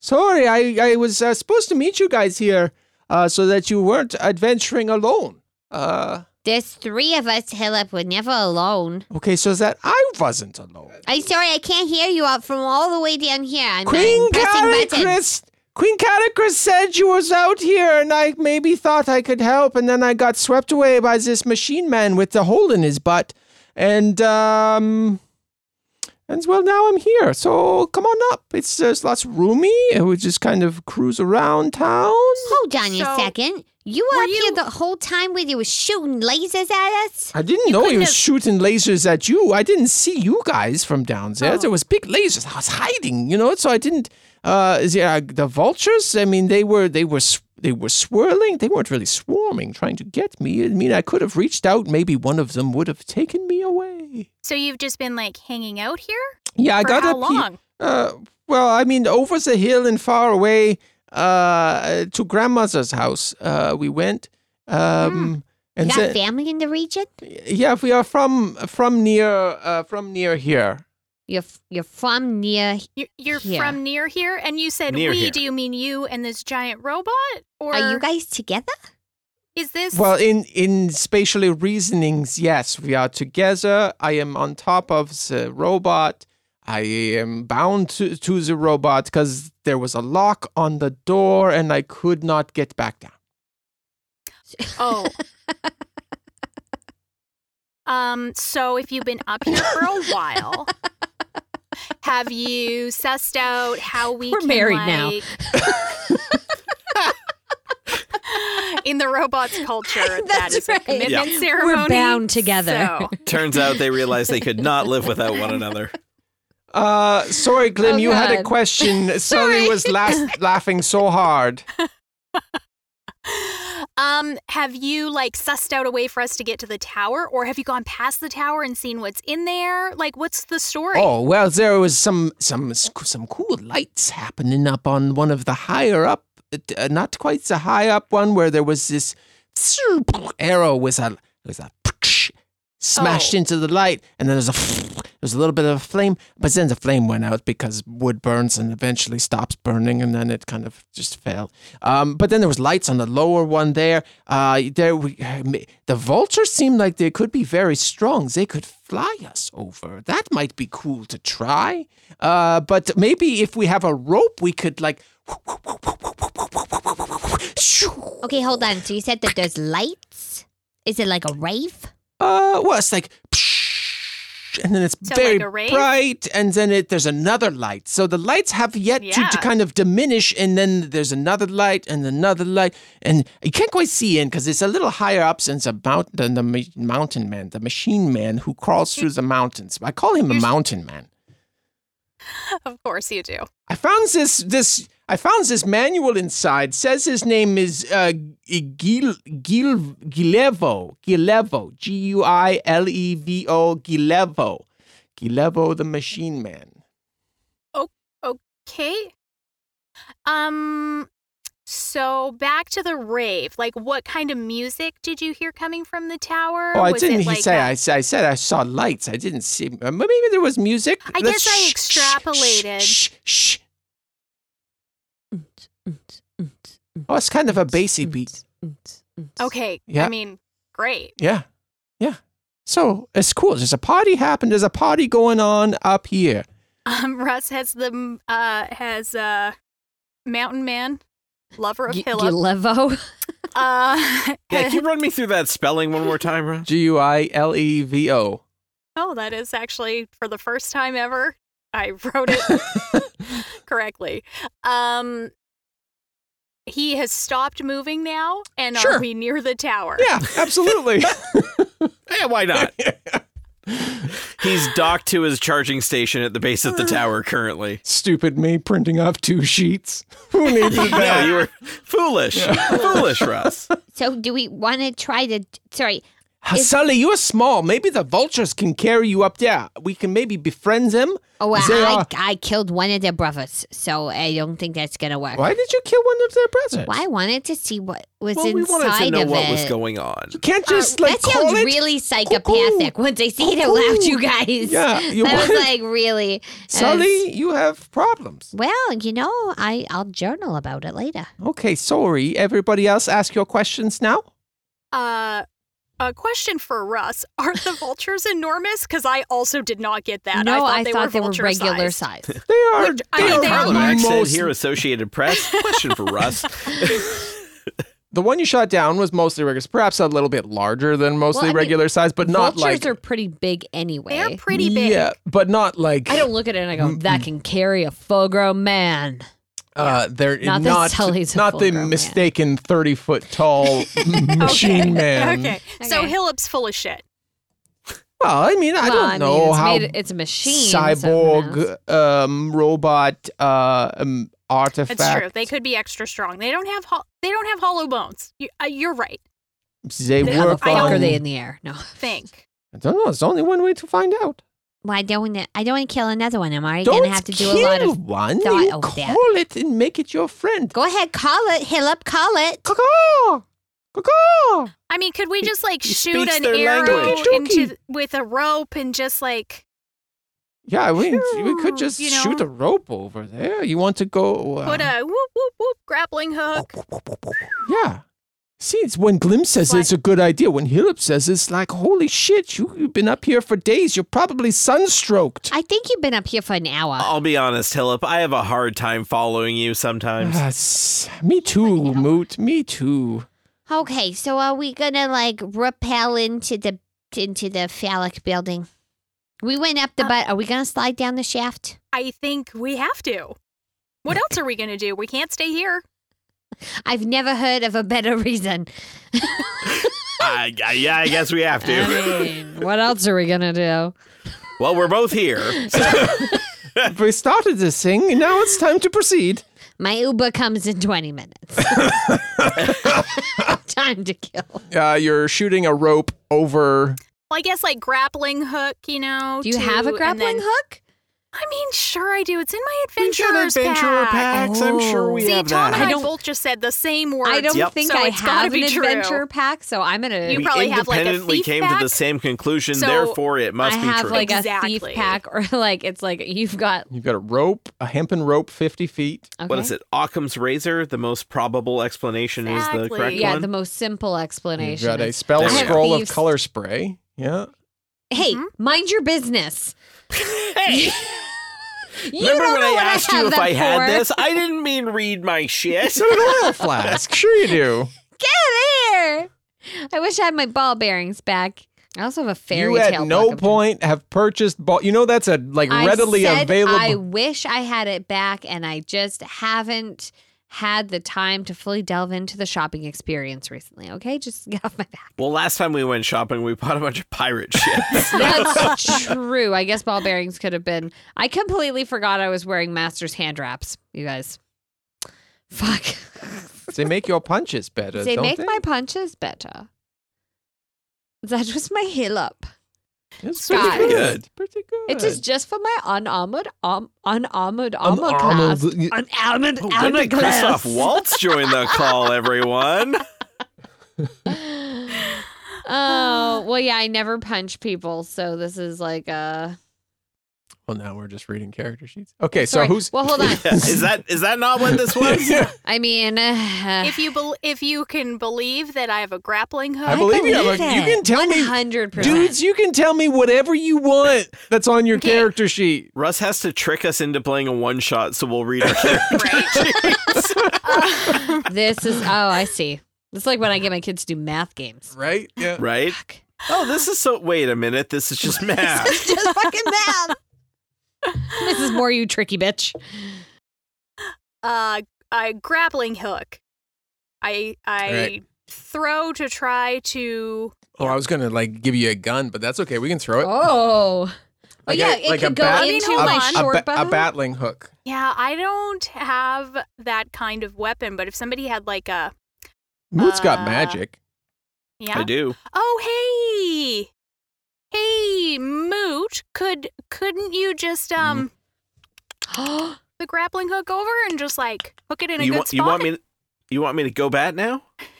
[SPEAKER 1] Sorry, I I was uh, supposed to meet you guys here, uh, so that you weren't adventuring alone. Uh,
[SPEAKER 2] There's three of us, Hillip. We're never alone.
[SPEAKER 1] okay, so that I wasn't alone.
[SPEAKER 2] I'm sorry, I can't hear you out from all the way down here. I'm,
[SPEAKER 1] Queen
[SPEAKER 2] I'm pressing buttons.
[SPEAKER 1] Catechris. Queen Catechris said you was out here, and I maybe thought I could help, and then I got swept away by this machine man with the hole in his butt, and um, and well now I'm here. So come on up. It's there's lots roomy. and We just kind of cruise around town.
[SPEAKER 2] Hold on a
[SPEAKER 3] So,
[SPEAKER 2] second. You
[SPEAKER 3] were
[SPEAKER 2] were up
[SPEAKER 3] you-
[SPEAKER 2] here the whole time where you were shooting lasers at us?
[SPEAKER 1] I didn't know he
[SPEAKER 3] couldn't
[SPEAKER 1] was
[SPEAKER 3] have-
[SPEAKER 1] shooting lasers at you. I didn't see you guys from down there.
[SPEAKER 3] Oh.
[SPEAKER 1] There was big lasers. I was hiding, you know. So I didn't. Uh, is there, uh, the vultures. I mean, they were they were sw- they were swirling. They weren't really swarming, trying to get me. I mean, I could have reached out. Maybe one of them would have taken me away.
[SPEAKER 3] So you've just been like hanging out here?
[SPEAKER 1] Yeah, I
[SPEAKER 3] For
[SPEAKER 1] got
[SPEAKER 3] how
[SPEAKER 1] up here-
[SPEAKER 3] long?
[SPEAKER 1] uh, well, I mean, over the hill and far away uh, to grandmother's house. Uh, we went.
[SPEAKER 3] Hmm.
[SPEAKER 1] Um,
[SPEAKER 2] You
[SPEAKER 1] and
[SPEAKER 2] got
[SPEAKER 1] then-
[SPEAKER 2] family in the region?
[SPEAKER 1] yeah, we are from from near uh, from near here.
[SPEAKER 2] You're, f- you're from near.
[SPEAKER 3] You're, you're
[SPEAKER 2] Yeah.
[SPEAKER 3] from near here, and you said
[SPEAKER 4] Near
[SPEAKER 3] we.
[SPEAKER 4] here.
[SPEAKER 3] Do you mean you and this giant robot, or
[SPEAKER 2] Are you guys together?
[SPEAKER 3] is this?
[SPEAKER 1] Well, in in spatially reasonings, yes, we are together. I am on top of the robot. I am bound to, to the robot because there was a lock on the door and I could not get back down.
[SPEAKER 3] oh. um. So if you've been up here for a while, have you sussed out how we?
[SPEAKER 2] We're
[SPEAKER 3] can,
[SPEAKER 2] married now.
[SPEAKER 3] like- In the robot's culture, that
[SPEAKER 2] That's
[SPEAKER 3] is
[SPEAKER 2] right.
[SPEAKER 3] a commitment
[SPEAKER 2] Yeah. We're
[SPEAKER 3] ceremony.
[SPEAKER 2] bound together.
[SPEAKER 3] so-
[SPEAKER 4] Turns out they realized they could not live without one another.
[SPEAKER 1] Uh, sorry, Glim,
[SPEAKER 2] Oh,
[SPEAKER 1] you had a
[SPEAKER 2] God.
[SPEAKER 1] question. Sully
[SPEAKER 2] Sorry.
[SPEAKER 1] was last laughing so hard.
[SPEAKER 3] um, have you like sussed out a way for us to get to the tower, or have you gone past the tower and seen what's in there? Like, what's the story?
[SPEAKER 1] Oh well, there was some some some cool lights happening up on one of the higher up, uh, not quite the high up one where there was this arrow with a with a smashed
[SPEAKER 3] Oh.
[SPEAKER 1] into the light, and then there's a there's a little bit of a flame, but then the flame went out because wood burns and eventually stops burning, and then it kind of just fell. Um, but then there was lights on the lower one there. Uh, there we, the vultures seemed like they could be very strong. They could fly us over. That might be cool to try. Uh, but maybe if we have a rope, we could like.
[SPEAKER 2] Okay, hold on. So you said that there's lights? Is it like a rave?
[SPEAKER 1] Uh, well, it's like, and then it's
[SPEAKER 3] So like
[SPEAKER 1] very
[SPEAKER 3] a rave?
[SPEAKER 1] bright, and then it there's another light. So the lights have yet to,
[SPEAKER 3] Yeah.
[SPEAKER 1] to kind of diminish, and then there's another light and another light, and you can't quite see in because it's a little higher up since the mountain, the, the ma- mountain man, the machine man who crawls through the mountains. I call him the
[SPEAKER 3] You're s-
[SPEAKER 1] mountain man.
[SPEAKER 3] Of course you do.
[SPEAKER 1] I found this this I found this manual inside. Says his name is uh, Gil Gil Gilevo Gilevo G U I L E V O Gilevo Gilevo the Machine Man.
[SPEAKER 3] Okay. Um. So back to the rave. Like, what kind of music did you hear coming from the tower?
[SPEAKER 1] Oh, I
[SPEAKER 3] Was it
[SPEAKER 1] didn't
[SPEAKER 3] like
[SPEAKER 1] say.
[SPEAKER 3] a-
[SPEAKER 1] I s- I said I saw lights. I didn't see. uh, Maybe there was music.
[SPEAKER 3] I
[SPEAKER 1] Let's-
[SPEAKER 3] guess I
[SPEAKER 1] shh, shh, shh,
[SPEAKER 3] extrapolated.
[SPEAKER 1] Shh, shh. Oh, it's kind of a bassy beat.
[SPEAKER 3] Okay.
[SPEAKER 1] Yeah.
[SPEAKER 3] I mean, great.
[SPEAKER 1] Yeah. Yeah. So it's cool. There's a party happened. There's a party going on up here.
[SPEAKER 3] Um, Russ has the m- uh has uh mountain man, lover of
[SPEAKER 2] G-
[SPEAKER 3] Hilla.
[SPEAKER 2] Gilevo.
[SPEAKER 3] Uh,
[SPEAKER 4] Yeah, can you run me through that spelling one more time, Ron?
[SPEAKER 1] G U I L E V O.
[SPEAKER 3] oh, that is actually for the first time ever. I wrote it correctly. Um, he has stopped moving now, and
[SPEAKER 1] Sure.
[SPEAKER 3] are we near the tower?
[SPEAKER 1] Yeah, absolutely.
[SPEAKER 4] Yeah, why not? He's docked to his charging station at the base of the tower currently.
[SPEAKER 1] Stupid me printing off two sheets. Who needed
[SPEAKER 4] No,
[SPEAKER 1] that?
[SPEAKER 4] you were foolish. Foolish, Russ.
[SPEAKER 2] So do we want to try to? Sorry.
[SPEAKER 1] Sully, you're small. Maybe the vultures can carry you up there. We can maybe befriend them.
[SPEAKER 2] Oh, I,
[SPEAKER 1] They are-
[SPEAKER 2] I killed one of their brothers, so I don't think that's gonna work.
[SPEAKER 1] Why did you kill one of their brothers?
[SPEAKER 2] Well, I wanted to see what was
[SPEAKER 4] Well,
[SPEAKER 2] inside
[SPEAKER 4] we wanted to know
[SPEAKER 2] of
[SPEAKER 4] what
[SPEAKER 2] it. Uh,
[SPEAKER 4] was going on.
[SPEAKER 1] You can't just
[SPEAKER 2] that
[SPEAKER 1] like call
[SPEAKER 2] sounds
[SPEAKER 1] it.
[SPEAKER 2] really psychopathic once I see it out
[SPEAKER 1] Cuckoo.
[SPEAKER 2] loud, you guys.
[SPEAKER 1] Yeah, you
[SPEAKER 2] that was
[SPEAKER 1] want-
[SPEAKER 2] like uh, really.
[SPEAKER 1] Sully, you have problems.
[SPEAKER 2] Well, you know, I I'll journal about it later.
[SPEAKER 1] Okay, sorry. Everybody else, ask your questions now.
[SPEAKER 3] Uh, a question for Russ: Are the vultures enormous? Because I also did not get that.
[SPEAKER 2] no,
[SPEAKER 3] I thought they were, vulture
[SPEAKER 2] regular
[SPEAKER 3] sized.
[SPEAKER 2] size.
[SPEAKER 1] They are.
[SPEAKER 3] Which- I mean,
[SPEAKER 1] are
[SPEAKER 3] they are Harlem
[SPEAKER 4] Harlem accent
[SPEAKER 1] most-
[SPEAKER 4] here, Associated Press. Question for Russ.
[SPEAKER 1] The one you shot down was mostly regular, perhaps a little bit larger than mostly
[SPEAKER 2] I mean,
[SPEAKER 1] regular size, but not
[SPEAKER 2] Vultures
[SPEAKER 1] like.
[SPEAKER 2] are pretty big anyway.
[SPEAKER 3] They're pretty big.
[SPEAKER 1] Yeah, but not like.
[SPEAKER 2] I don't look at it and I go, that can carry a full grown man.
[SPEAKER 1] Uh, they're not
[SPEAKER 2] Not that
[SPEAKER 1] not,
[SPEAKER 2] Sully's a
[SPEAKER 1] the
[SPEAKER 2] full-grown man.
[SPEAKER 1] mistaken thirty foot tall machine man.
[SPEAKER 3] Okay. so
[SPEAKER 2] Okay.
[SPEAKER 3] Hillip's full of shit.
[SPEAKER 1] Well, I mean, I
[SPEAKER 2] Well,
[SPEAKER 1] don't
[SPEAKER 2] mean,
[SPEAKER 1] know
[SPEAKER 2] it's
[SPEAKER 1] how
[SPEAKER 2] made- it's a machine. so who knows?
[SPEAKER 1] cyborg um, robot uh, um, artifact.
[SPEAKER 3] That's true. They could be extra strong. They don't have ho- they don't have hollow bones. You, uh, you're right.
[SPEAKER 1] They
[SPEAKER 3] They-
[SPEAKER 2] How
[SPEAKER 1] work
[SPEAKER 2] the fuck
[SPEAKER 1] on.
[SPEAKER 2] are they in the air? No.
[SPEAKER 3] Think.
[SPEAKER 1] I don't know. It's only one way to find out.
[SPEAKER 2] Well, I don't want to. I don't want to kill another one. I'm already
[SPEAKER 1] don't
[SPEAKER 2] gonna have to do a lot
[SPEAKER 1] kill
[SPEAKER 2] of.
[SPEAKER 1] one.
[SPEAKER 2] thought
[SPEAKER 1] You
[SPEAKER 2] of
[SPEAKER 1] call
[SPEAKER 2] that.
[SPEAKER 1] it and make it your friend.
[SPEAKER 2] Go ahead, call it, Hillip, call it.
[SPEAKER 1] Caw-caw! Caw-caw!
[SPEAKER 3] I mean, could we just like
[SPEAKER 4] he
[SPEAKER 3] shoot
[SPEAKER 4] speaks
[SPEAKER 3] an
[SPEAKER 4] their
[SPEAKER 3] arrow
[SPEAKER 4] language.
[SPEAKER 3] into th- with a rope and just like
[SPEAKER 1] Yeah, we, we could
[SPEAKER 3] Sure,
[SPEAKER 1] just
[SPEAKER 3] you know.
[SPEAKER 1] shoot a rope over there. You want to go?
[SPEAKER 3] put
[SPEAKER 1] Uh,
[SPEAKER 3] a whoop whoop whoop grappling hook?
[SPEAKER 1] yeah. See, it's when Glim says
[SPEAKER 3] Like-
[SPEAKER 1] it's a good idea. When Hillip says it's like, holy shit, you, you've been up here for days. You're probably sunstroked.
[SPEAKER 2] I think you've been up here for an hour.
[SPEAKER 4] I'll be honest, Hillip. I have a hard time following you sometimes.
[SPEAKER 1] Ah, s- me too, Moot. Me too.
[SPEAKER 2] Okay, so are we gonna like rappel into the into the phallic building? We went up the
[SPEAKER 3] Uh,
[SPEAKER 2] butt. Are we gonna slide down the shaft?
[SPEAKER 3] I think we have to. What else are we gonna do? We can't stay here.
[SPEAKER 2] I've never heard of a better reason.
[SPEAKER 4] I, I- yeah, I guess we have to.
[SPEAKER 2] mean, what else are we gonna do?
[SPEAKER 4] well, we're both here.
[SPEAKER 1] we started this thing, and now it's time to proceed.
[SPEAKER 2] My Uber comes in twenty minutes. Time to kill.
[SPEAKER 1] Uh, you're shooting a rope over.
[SPEAKER 3] Well, I guess like grappling hook, you know.
[SPEAKER 2] Do you
[SPEAKER 3] to-
[SPEAKER 2] have a
[SPEAKER 3] and
[SPEAKER 2] grappling
[SPEAKER 3] then-
[SPEAKER 2] hook?
[SPEAKER 3] I mean, sure I do. It's in my
[SPEAKER 4] We
[SPEAKER 3] adventurers
[SPEAKER 4] got adventurer
[SPEAKER 3] pack.
[SPEAKER 4] packs. I'm sure we
[SPEAKER 3] See,
[SPEAKER 4] have
[SPEAKER 3] Tom
[SPEAKER 4] that.
[SPEAKER 3] and
[SPEAKER 2] I
[SPEAKER 3] I,
[SPEAKER 2] don't-
[SPEAKER 3] both just said the same words.
[SPEAKER 2] I don't
[SPEAKER 4] Yep.
[SPEAKER 2] think
[SPEAKER 3] so
[SPEAKER 2] I
[SPEAKER 3] it's gotta
[SPEAKER 2] have an
[SPEAKER 3] be true.
[SPEAKER 2] adventure pack, so I'm gonna.
[SPEAKER 3] You
[SPEAKER 4] we
[SPEAKER 3] probably have, like, a
[SPEAKER 4] independently
[SPEAKER 3] thief
[SPEAKER 4] came
[SPEAKER 3] pack.
[SPEAKER 4] to the same conclusion.
[SPEAKER 3] So,
[SPEAKER 4] therefore, it must
[SPEAKER 2] I
[SPEAKER 4] be
[SPEAKER 2] have
[SPEAKER 4] true.
[SPEAKER 2] like a
[SPEAKER 3] Exactly.
[SPEAKER 2] thief pack, or like it's like you've got.
[SPEAKER 1] You've got a rope, a hempen rope, 50 feet.
[SPEAKER 2] Okay.
[SPEAKER 4] What is it? Occam's razor. The most probable explanation is the
[SPEAKER 3] Exactly.
[SPEAKER 4] correct
[SPEAKER 2] Yeah,
[SPEAKER 4] one.
[SPEAKER 2] the most simple
[SPEAKER 1] You've
[SPEAKER 2] explanation.
[SPEAKER 1] got a
[SPEAKER 2] is-
[SPEAKER 1] spell
[SPEAKER 4] There we go.
[SPEAKER 1] scroll of
[SPEAKER 2] Thieves.
[SPEAKER 1] color spray. Yeah.
[SPEAKER 2] hey,
[SPEAKER 3] Mhm.
[SPEAKER 2] mind your business.
[SPEAKER 4] Hey,
[SPEAKER 2] You
[SPEAKER 4] remember
[SPEAKER 2] don't
[SPEAKER 4] when
[SPEAKER 2] know
[SPEAKER 4] I
[SPEAKER 2] what
[SPEAKER 4] asked
[SPEAKER 2] have
[SPEAKER 4] you if
[SPEAKER 2] that
[SPEAKER 4] I had
[SPEAKER 2] for.
[SPEAKER 4] this? I didn't mean read my shit.
[SPEAKER 1] an oil flask. Sure you do.
[SPEAKER 2] Get here! I wish I had my ball bearings back. I also have a fairy
[SPEAKER 1] you
[SPEAKER 2] tale.
[SPEAKER 1] at no
[SPEAKER 2] book of-
[SPEAKER 1] point have purchased ball. You know that's a like
[SPEAKER 2] I
[SPEAKER 1] readily
[SPEAKER 2] said
[SPEAKER 1] available.
[SPEAKER 2] I wish I had it back, and I just haven't had the time to fully delve into the shopping experience recently. Okay, just get off my back.
[SPEAKER 4] Well, last time we went shopping, we bought a bunch of pirate ships.
[SPEAKER 2] That's true. I guess ball bearings could have been. I completely forgot I was wearing master's hand wraps, you guys. Fuck.
[SPEAKER 1] They make your punches better.
[SPEAKER 2] they
[SPEAKER 1] don't
[SPEAKER 2] make
[SPEAKER 1] they?
[SPEAKER 2] my punches better. That was my heel up.
[SPEAKER 1] It's
[SPEAKER 2] Scott.
[SPEAKER 1] pretty
[SPEAKER 4] Good.
[SPEAKER 1] good. Pretty good.
[SPEAKER 2] It is just for my unarmored, um, unarmored armor
[SPEAKER 1] Unarmored-
[SPEAKER 2] cast. Unarmored
[SPEAKER 4] Oh, when
[SPEAKER 2] armor
[SPEAKER 4] did Christoph
[SPEAKER 2] class.
[SPEAKER 4] Waltz join the call, everyone?
[SPEAKER 2] Oh well, yeah. I never punch people, so this is like a
[SPEAKER 1] Well, now we're just reading character sheets. Okay, so who's
[SPEAKER 2] Well, hold on.
[SPEAKER 4] Yeah. Is that is that not what this was?
[SPEAKER 2] I mean, uh,
[SPEAKER 3] if you bel if you can believe that I have a grappling hook,
[SPEAKER 1] I believe you. Have a, you can tell me,
[SPEAKER 2] 100%.
[SPEAKER 1] dudes. You can tell me whatever you want that's on your character sheet.
[SPEAKER 4] Russ has to trick us into playing a one shot, so we'll read our character.
[SPEAKER 3] Uh,
[SPEAKER 2] This is, oh, I see. It's like when I get my kids to do math games.
[SPEAKER 1] Right? Yeah.
[SPEAKER 4] right?
[SPEAKER 2] Fuck.
[SPEAKER 4] Oh, this is so. Wait a minute. This is just math.
[SPEAKER 2] It's just fucking math. this is more you tricky bitch.
[SPEAKER 3] uh, a grappling hook. I I
[SPEAKER 1] Right.
[SPEAKER 3] throw to try to
[SPEAKER 1] Oh, I was gonna like give you a gun, but that's okay. We can throw it.
[SPEAKER 2] Oh. Well,
[SPEAKER 1] Like
[SPEAKER 2] yeah,
[SPEAKER 1] a-
[SPEAKER 2] it
[SPEAKER 1] like a
[SPEAKER 2] could go
[SPEAKER 1] bat-
[SPEAKER 2] into
[SPEAKER 3] a-
[SPEAKER 2] my
[SPEAKER 3] a
[SPEAKER 1] a,
[SPEAKER 2] short
[SPEAKER 1] ba- a
[SPEAKER 2] bow.
[SPEAKER 1] battling hook.
[SPEAKER 3] Yeah, I don't have that kind of weapon, but if somebody had like a
[SPEAKER 1] Moot's got
[SPEAKER 3] Uh,
[SPEAKER 1] magic.
[SPEAKER 3] yeah.
[SPEAKER 4] I do.
[SPEAKER 3] Oh hey. Hey, Moot, could couldn't you just
[SPEAKER 4] Mm-hmm.
[SPEAKER 3] um the grappling hook over and just like hook it in a
[SPEAKER 4] You
[SPEAKER 3] good
[SPEAKER 4] want
[SPEAKER 3] spot?
[SPEAKER 4] you want me? You want me to go bat now?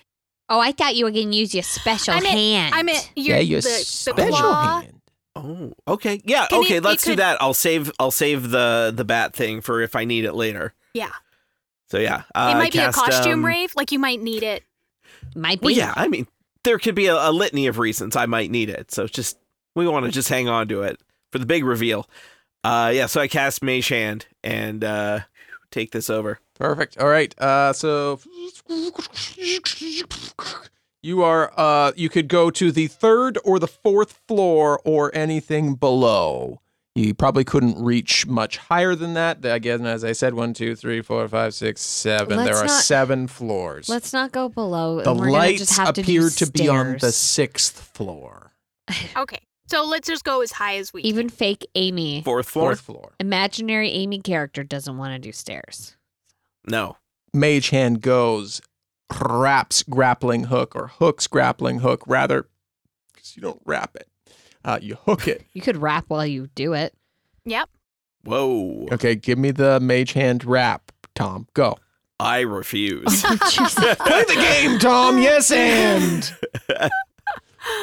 [SPEAKER 2] Oh, I thought you were going to use your special
[SPEAKER 3] I meant-
[SPEAKER 2] hand.
[SPEAKER 3] I mean, your, the, the claw.
[SPEAKER 1] hand.
[SPEAKER 4] Oh, okay. Yeah,
[SPEAKER 3] Can you-
[SPEAKER 4] okay.
[SPEAKER 3] you
[SPEAKER 4] let's do
[SPEAKER 3] could-
[SPEAKER 4] that. I'll save. I'll save the the bat thing for if I need it later.
[SPEAKER 3] Yeah.
[SPEAKER 4] So yeah,
[SPEAKER 3] It
[SPEAKER 4] uh,
[SPEAKER 3] might be
[SPEAKER 4] cast,
[SPEAKER 3] a costume
[SPEAKER 4] um,
[SPEAKER 3] rave, like you might need it.
[SPEAKER 2] Might be.
[SPEAKER 4] Well, yeah. I mean, there could be a, a litany of reasons I might need it. So just we want to just hang on to it for the big reveal. Uh, yeah. So I cast Mage Hand and uh, take this over.
[SPEAKER 1] Perfect. All right. Uh, so you are. Uh, you could go to the third or the fourth floor or anything below. You probably couldn't reach much higher than that. Again, as I said, one, two, three, four, five, six, seven.
[SPEAKER 2] Let's
[SPEAKER 1] there are
[SPEAKER 2] not-
[SPEAKER 1] seven floors.
[SPEAKER 2] Let's not go below.
[SPEAKER 1] the
[SPEAKER 2] and we're gonna
[SPEAKER 1] lights
[SPEAKER 2] just have
[SPEAKER 1] appear
[SPEAKER 2] to, do
[SPEAKER 1] to be on the
[SPEAKER 2] stairs.
[SPEAKER 1] sixth floor.
[SPEAKER 3] Okay. So let's just go as high as we can.
[SPEAKER 2] Even fake Amy,
[SPEAKER 4] Fourth floor.
[SPEAKER 1] Fourth floor.
[SPEAKER 2] imaginary Amy character doesn't want to do stairs.
[SPEAKER 4] No.
[SPEAKER 1] mage hand goes, wraps grappling hook or hooks grappling hook, rather, because you don't wrap it. Uh, you hook it.
[SPEAKER 2] You could rap while you do it.
[SPEAKER 3] Yep.
[SPEAKER 4] Whoa.
[SPEAKER 1] Okay, give me the mage hand wrap, Tom. Go.
[SPEAKER 4] I refuse.
[SPEAKER 1] Play the game, Tom. Yes, and.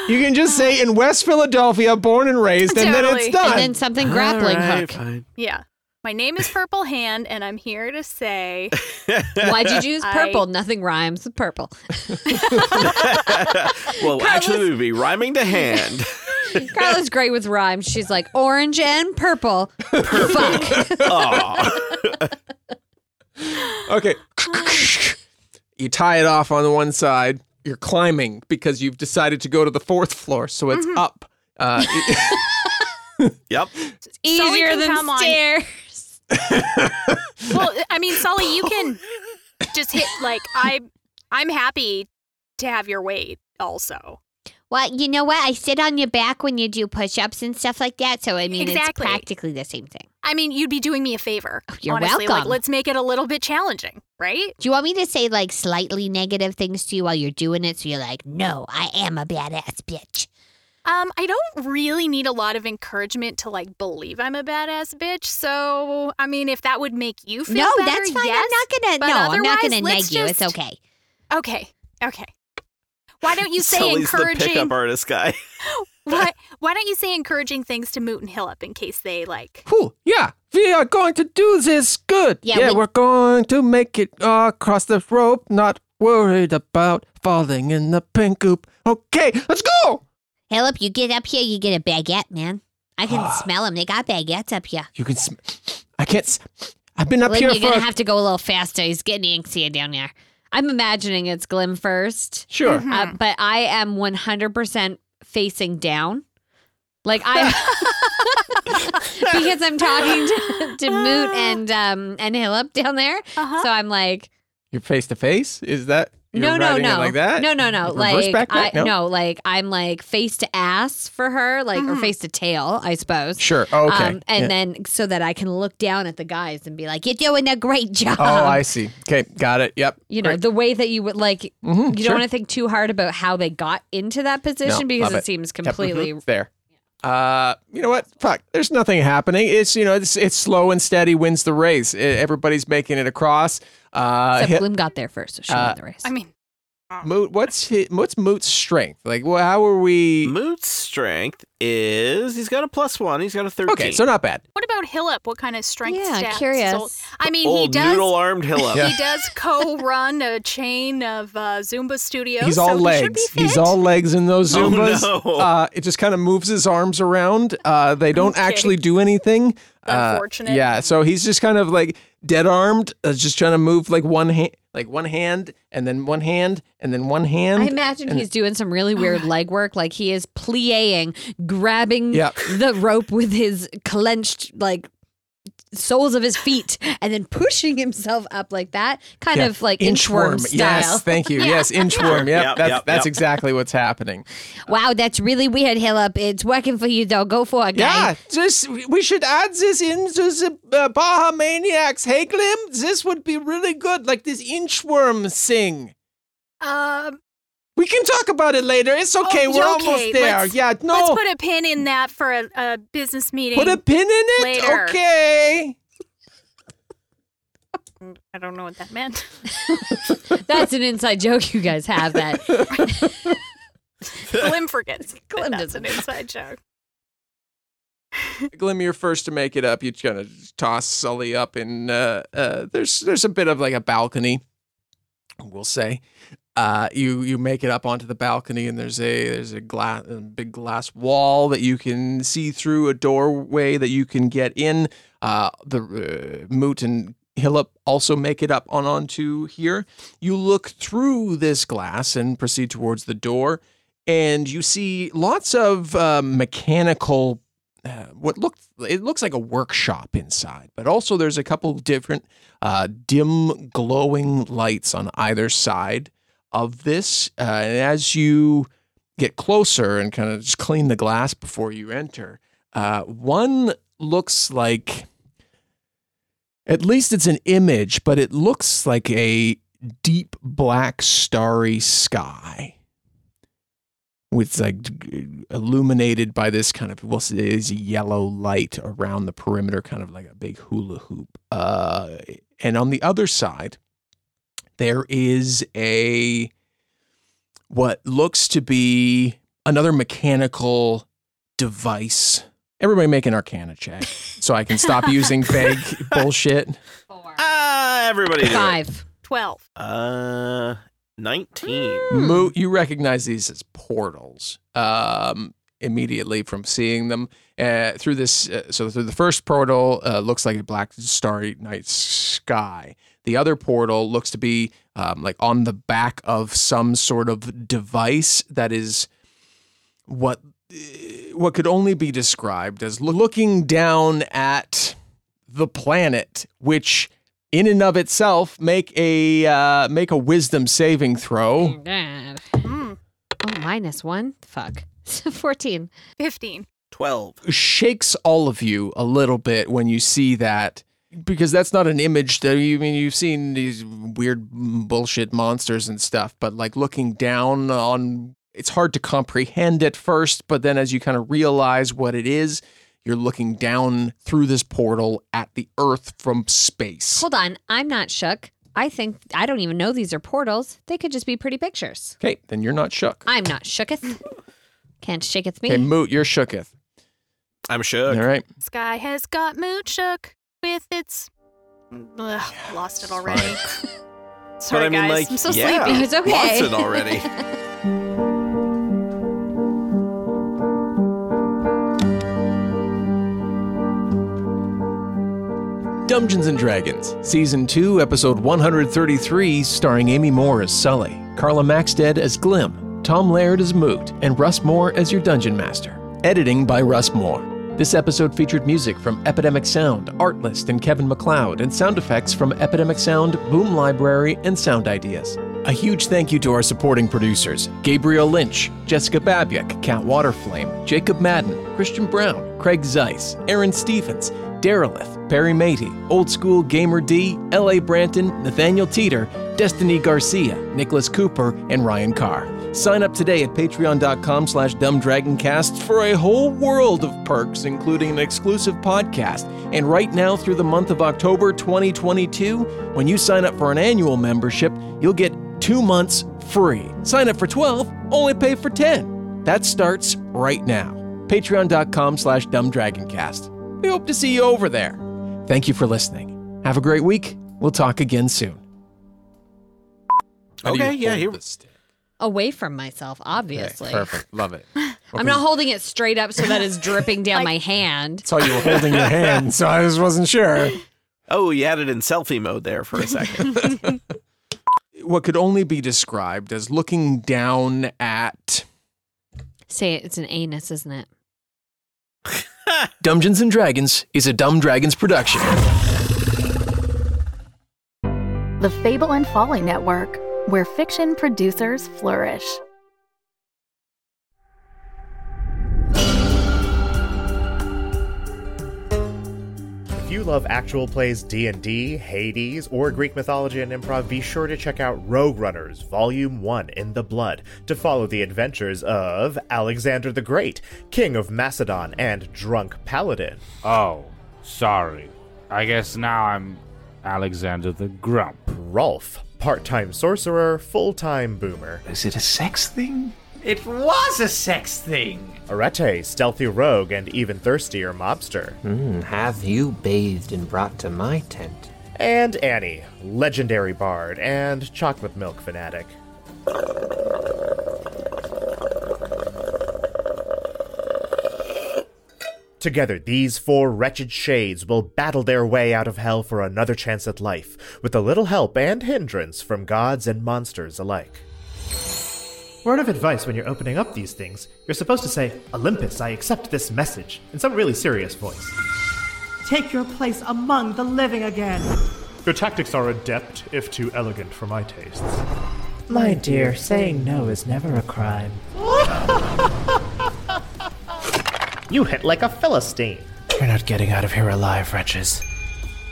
[SPEAKER 1] You can just say in West Philadelphia, born and raised, and then
[SPEAKER 3] Totally.
[SPEAKER 1] it's done.
[SPEAKER 2] And then something grappling hook.
[SPEAKER 3] Yeah. My name is Purple Hand, and I'm here to say
[SPEAKER 2] Why'd you choose
[SPEAKER 3] I-
[SPEAKER 2] purple? Nothing rhymes with purple.
[SPEAKER 4] well, actually, it would be rhyming to hand.
[SPEAKER 2] Carla's great with rhymes. She's like orange and purple. Fuck.
[SPEAKER 4] Aw.
[SPEAKER 1] Okay. You tie it off on the one side. You're climbing because you've decided to go to the fourth floor, so it's up. Uh,
[SPEAKER 4] Yep.
[SPEAKER 2] Easier
[SPEAKER 3] can come
[SPEAKER 2] than
[SPEAKER 3] on-
[SPEAKER 2] stairs.
[SPEAKER 3] Well, I mean, Sully, you can just hit like I. I'm happy to have your weight. Also,
[SPEAKER 2] Well, you know what? I sit on your back when you do push-ups and stuff like that. So I mean,
[SPEAKER 3] Exactly.
[SPEAKER 2] it's practically the same thing.
[SPEAKER 3] I mean, you'd be doing me a favor.
[SPEAKER 2] Oh, you're
[SPEAKER 3] honestly. Like,
[SPEAKER 2] welcome.
[SPEAKER 3] let's make it a little bit challenging, right?
[SPEAKER 2] Do you want me to say like slightly negative things to you while you're doing it? So you're like, no, I am a badass bitch.
[SPEAKER 3] Um, I don't really need a lot of encouragement to like believe I'm a badass bitch. So, I mean, if that would make you feel
[SPEAKER 2] No,
[SPEAKER 3] better,
[SPEAKER 2] that's fine.
[SPEAKER 3] yes.
[SPEAKER 2] I'm not
[SPEAKER 3] but
[SPEAKER 2] gonna. No, I'm not
[SPEAKER 3] otherwise,
[SPEAKER 2] gonna neg
[SPEAKER 3] let's
[SPEAKER 2] you. It's
[SPEAKER 3] just-
[SPEAKER 2] okay.
[SPEAKER 3] Okay, okay. Why don't you say
[SPEAKER 4] Sully's the
[SPEAKER 3] encouraging?
[SPEAKER 4] pickup artist guy.
[SPEAKER 3] why, why don't you say encouraging things to Moot and Hillup in case they like?
[SPEAKER 1] Whew, yeah, we are going to do this good.
[SPEAKER 2] Yeah, we-
[SPEAKER 1] are going to make it across the rope, not worried about falling in the pink goop. Okay, let's go!
[SPEAKER 2] Hillip, you get up here, you get a baguette, man. I can smell them. They got baguettes up here.
[SPEAKER 1] You can sm- I can't sm- I've been up
[SPEAKER 2] Glim,
[SPEAKER 1] here
[SPEAKER 2] you're
[SPEAKER 1] for
[SPEAKER 2] gonna have to go a little faster. He's getting angsty down there. I'm imagining it's Glim first,
[SPEAKER 1] Sure.
[SPEAKER 2] uh, but I am 100% facing down. Like I'm because I'm talking to, to Moot and um and Hillip down there.
[SPEAKER 3] Uh-huh.
[SPEAKER 2] So I'm like,
[SPEAKER 1] You're face to face? Is that you're
[SPEAKER 2] no, no,
[SPEAKER 1] riding it
[SPEAKER 2] no,
[SPEAKER 1] like that?
[SPEAKER 2] no, no, no,
[SPEAKER 1] Reverse
[SPEAKER 2] like
[SPEAKER 1] backpack?
[SPEAKER 2] I,
[SPEAKER 1] No?
[SPEAKER 2] like I'm like face to ass for her, like or
[SPEAKER 3] Mhm.
[SPEAKER 2] face to tail, I suppose.
[SPEAKER 1] Sure. Oh, okay.
[SPEAKER 2] Um, and
[SPEAKER 1] Yeah.
[SPEAKER 2] then so that I can look down at the guys and be like, "You're doing a great job."
[SPEAKER 1] oh, I see. Okay, got it. Yep.
[SPEAKER 2] you know,
[SPEAKER 1] Great.
[SPEAKER 2] the way that you would like.
[SPEAKER 1] Mhm,
[SPEAKER 2] You
[SPEAKER 1] sure.
[SPEAKER 2] don't want to think too hard about how they got into that position
[SPEAKER 1] No,
[SPEAKER 2] because
[SPEAKER 1] love
[SPEAKER 2] it,
[SPEAKER 1] it.
[SPEAKER 2] seems
[SPEAKER 1] Yep, mhm,
[SPEAKER 2] completely.
[SPEAKER 1] fair. Uh, you know what? Fuck. There's nothing happening. It's you know, it's it's slow and steady wins the race. E- everybody's making it across. Uh,
[SPEAKER 2] Except
[SPEAKER 1] hit,
[SPEAKER 2] Bloom got there first, so she
[SPEAKER 1] uh,
[SPEAKER 2] won the race.
[SPEAKER 3] I mean,
[SPEAKER 1] Moot, what's his, what's Moot's strength? Like, well, how are we?
[SPEAKER 4] Moot's strength is he's got a plus one. He's got a thirteen.
[SPEAKER 1] Okay, so not bad.
[SPEAKER 3] what about out Hillup what kind of strength
[SPEAKER 2] Yeah,
[SPEAKER 3] stats.
[SPEAKER 2] curious.
[SPEAKER 3] so- I mean, he
[SPEAKER 4] Old
[SPEAKER 3] does.
[SPEAKER 4] noodle armed Hillup.
[SPEAKER 3] He does co-run a chain of uh, Zumba studios.
[SPEAKER 1] He's
[SPEAKER 3] so
[SPEAKER 1] all
[SPEAKER 3] He should be
[SPEAKER 1] legs.
[SPEAKER 3] fit.
[SPEAKER 1] He's all legs in those
[SPEAKER 4] Oh,
[SPEAKER 1] Zumbas.
[SPEAKER 4] no.
[SPEAKER 1] uh, it just kind of moves his arms around. Uh, they don't
[SPEAKER 3] Okay.
[SPEAKER 1] actually do anything. Uh,
[SPEAKER 3] Unfortunate.
[SPEAKER 1] yeah, so he's just kind of like dead armed, uh, just trying to move like one hand, like one hand, and then one hand, and then one hand.
[SPEAKER 2] I imagine he's doing some really weird leg work, like he is plieing, grabbing
[SPEAKER 1] Yep.
[SPEAKER 2] the rope with his clenched like soles of his feet, and then pushing himself up like that, kind
[SPEAKER 1] Yeah.
[SPEAKER 2] of like inchworm, style.
[SPEAKER 1] Yes, thank you. Yes, inchworm. Yep,
[SPEAKER 4] Yep,
[SPEAKER 1] that's
[SPEAKER 4] yep,
[SPEAKER 1] that's
[SPEAKER 4] yep.
[SPEAKER 1] exactly what's happening.
[SPEAKER 2] Wow, that's really weird, Hillip. It's working for you though. Go for it, guy.
[SPEAKER 1] Yeah, this we should add this into the uh, Baha Maniacs Haglim. This would be really good, like this inchworm thing.
[SPEAKER 3] Um,
[SPEAKER 1] We can talk about it later. It's okay.
[SPEAKER 3] Oh,
[SPEAKER 1] We're
[SPEAKER 3] okay,
[SPEAKER 1] almost there.
[SPEAKER 3] let's-
[SPEAKER 1] yeah, no.
[SPEAKER 3] Let's put a pin in that for a, a business meeting.
[SPEAKER 1] Put a pin in it?
[SPEAKER 3] Later.
[SPEAKER 1] Okay.
[SPEAKER 3] I don't know what that meant.
[SPEAKER 2] That's an inside joke you guys have. That
[SPEAKER 3] Glim forgets.
[SPEAKER 2] Glim
[SPEAKER 3] That's
[SPEAKER 2] doesn't.
[SPEAKER 3] an inside joke.
[SPEAKER 1] Glim, you're first to make it up. You kind of toss Sully up in uh, uh there's there's a bit of like a balcony, we'll say. Uh, you you make it up onto the balcony and there's a there's a glass a big glass wall that you can see through a doorway that you can get in. Uh, the uh, Moot and Hillip also make it up on onto here. You look through this glass and proceed towards the door, and you see lots of uh, mechanical. Uh, what looked it looks like a workshop inside, but also there's a couple different uh, dim glowing lights on either side of this. Uh, and as you get closer and kind of just clean the glass before you enter, uh, one looks like at least it's an image, but it looks like a deep black starry sky. With like illuminated by this kind of well, it is yellow light around the perimeter, kind of like a big hula hoop. Uh, and on the other side, there is a what looks to be another mechanical device. Everybody make an Arcana check, so I can stop using vague bullshit.
[SPEAKER 4] Ah, everybody. do it.
[SPEAKER 2] five.
[SPEAKER 3] Twelve.
[SPEAKER 4] Uh, nineteen.
[SPEAKER 3] Mm.
[SPEAKER 1] Moot, you recognize these as portals um, immediately from seeing them uh, through this. Uh, so through the first portal, uh, looks like a black starry night sky. The other portal looks to be um, like on the back of some sort of device that is what uh, what could only be described as loo- looking down at the planet, which in and of itself make a uh, make a wisdom saving throw.
[SPEAKER 2] God.
[SPEAKER 3] Mm,
[SPEAKER 2] Oh, minus one. Fuck. Fourteen.
[SPEAKER 3] Fifteen.
[SPEAKER 4] Twelve.
[SPEAKER 1] shakes all of you a little bit when you see that because that's not an image that you I mean you've seen these weird bullshit monsters and stuff but like looking down on it's hard to comprehend at first but then as you kind of realize what it is you're looking down through this portal at the earth from space
[SPEAKER 2] Hold on. I'm not shook. I think I don't even know these are portals. They could just be pretty pictures.
[SPEAKER 1] okay then you're not shook
[SPEAKER 2] I'm not shooketh. Can't shaketh me.
[SPEAKER 1] okay moot you're shooketh
[SPEAKER 4] I'm
[SPEAKER 1] all
[SPEAKER 4] shook.
[SPEAKER 1] right
[SPEAKER 3] Sky has got mood shook with its. Ugh, lost it already. Sorry,
[SPEAKER 4] I mean,
[SPEAKER 3] guys.
[SPEAKER 4] like,
[SPEAKER 3] I'm so
[SPEAKER 4] yeah.
[SPEAKER 3] sleepy.
[SPEAKER 2] It's okay.
[SPEAKER 4] Lost it already.
[SPEAKER 1] Dungeons and Dragons, Season 2, Episode 133, starring Amy Moore as Sully, Carla Maxted as Glim, Tom Laird as Moot, and Russ Moore as your Dungeon Master. Editing by Russ Moore. This episode featured music from Epidemic Sound, Artlist, and Kevin McLeod, and sound effects from Epidemic Sound, Boom Library, and Sound Ideas. A huge thank you to our supporting producers Gabriel Lynch, Jessica Babiak, Cat Waterflame, Jacob Madden, Christian Brown, Craig Zeiss, Aaron Stevens, Derelith, Perry Matey, Old School Gamer D, L.A. Branton, Nathaniel Teeter, Destiny Garcia, Nicholas Cooper, and Ryan Carr. Sign up today at patreon.com slash dumbdragoncast for a whole world of perks, including an exclusive podcast. And right now, through the month of October 2022, when you sign up for an annual membership, you'll get two months free. Sign up for 12, only pay for 10. That starts right now. Patreon.com slash dumbdragoncast. We hope to see you over there. Thank you for listening. Have a great week. We'll talk again soon. How do you
[SPEAKER 4] Okay, yeah,
[SPEAKER 1] hold
[SPEAKER 4] here-
[SPEAKER 1] the stick?
[SPEAKER 2] Away from myself,
[SPEAKER 1] Okay,
[SPEAKER 2] obviously.
[SPEAKER 1] Perfect. Love it.
[SPEAKER 2] I'm not holding it straight up so that it's dripping down my hand.
[SPEAKER 1] That's how you were holding your hand, so I just wasn't sure.
[SPEAKER 4] Oh, you had it in selfie mode there for a second.
[SPEAKER 1] What could only be described as looking down at
[SPEAKER 2] Say it, it's an anus, isn't it?
[SPEAKER 1] Dungeons and Dragons is a Dumb Dragons production.
[SPEAKER 5] The Fable and Folly Network, where fiction producers flourish.
[SPEAKER 6] If you love actual plays D&D, Hades, or Greek mythology and improv, be sure to check out Rogue Runners Volume 1 in the Blood to follow the adventures of Alexander the Great, King of Macedon and Drunk Paladin.
[SPEAKER 7] Oh, sorry. I guess now I'm Alexander the Grump.
[SPEAKER 6] Rolf, part-time sorcerer, full-time boomer.
[SPEAKER 8] Is it a sex thing? It was a sex thing.
[SPEAKER 6] Arete, stealthy rogue and even thirstier mobster.
[SPEAKER 9] Hmm, have you bathed and brought to my tent?
[SPEAKER 6] And Annie, legendary bard and chocolate milk fanatic. Together, these four wretched shades will battle their way out of hell for another chance at life, with a little help and hindrance from gods and monsters alike.
[SPEAKER 10] Word of advice when you're opening up these things, you're supposed to say, Olympus, I accept this message, in some really serious voice.
[SPEAKER 11] Take your place among the living again.
[SPEAKER 10] Your tactics are adept, if too elegant for my tastes.
[SPEAKER 11] My dear, saying no is never a crime.
[SPEAKER 6] You hit like a Philistine.
[SPEAKER 11] You're not getting out of here alive, wretches.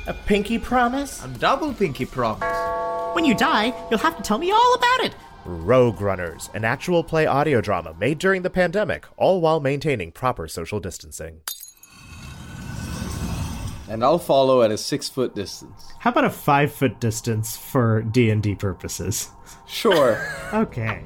[SPEAKER 6] A pinky promise?
[SPEAKER 8] I'm double pinky promise.
[SPEAKER 11] When you die, you'll have to tell me all about it.
[SPEAKER 6] Rogue Runners, an actual play audio drama made during the pandemic, all while maintaining proper social distancing.
[SPEAKER 8] And I'll follow at a six foot distance.
[SPEAKER 10] How about a five foot distance for D and D purposes?
[SPEAKER 8] Sure.
[SPEAKER 10] Okay.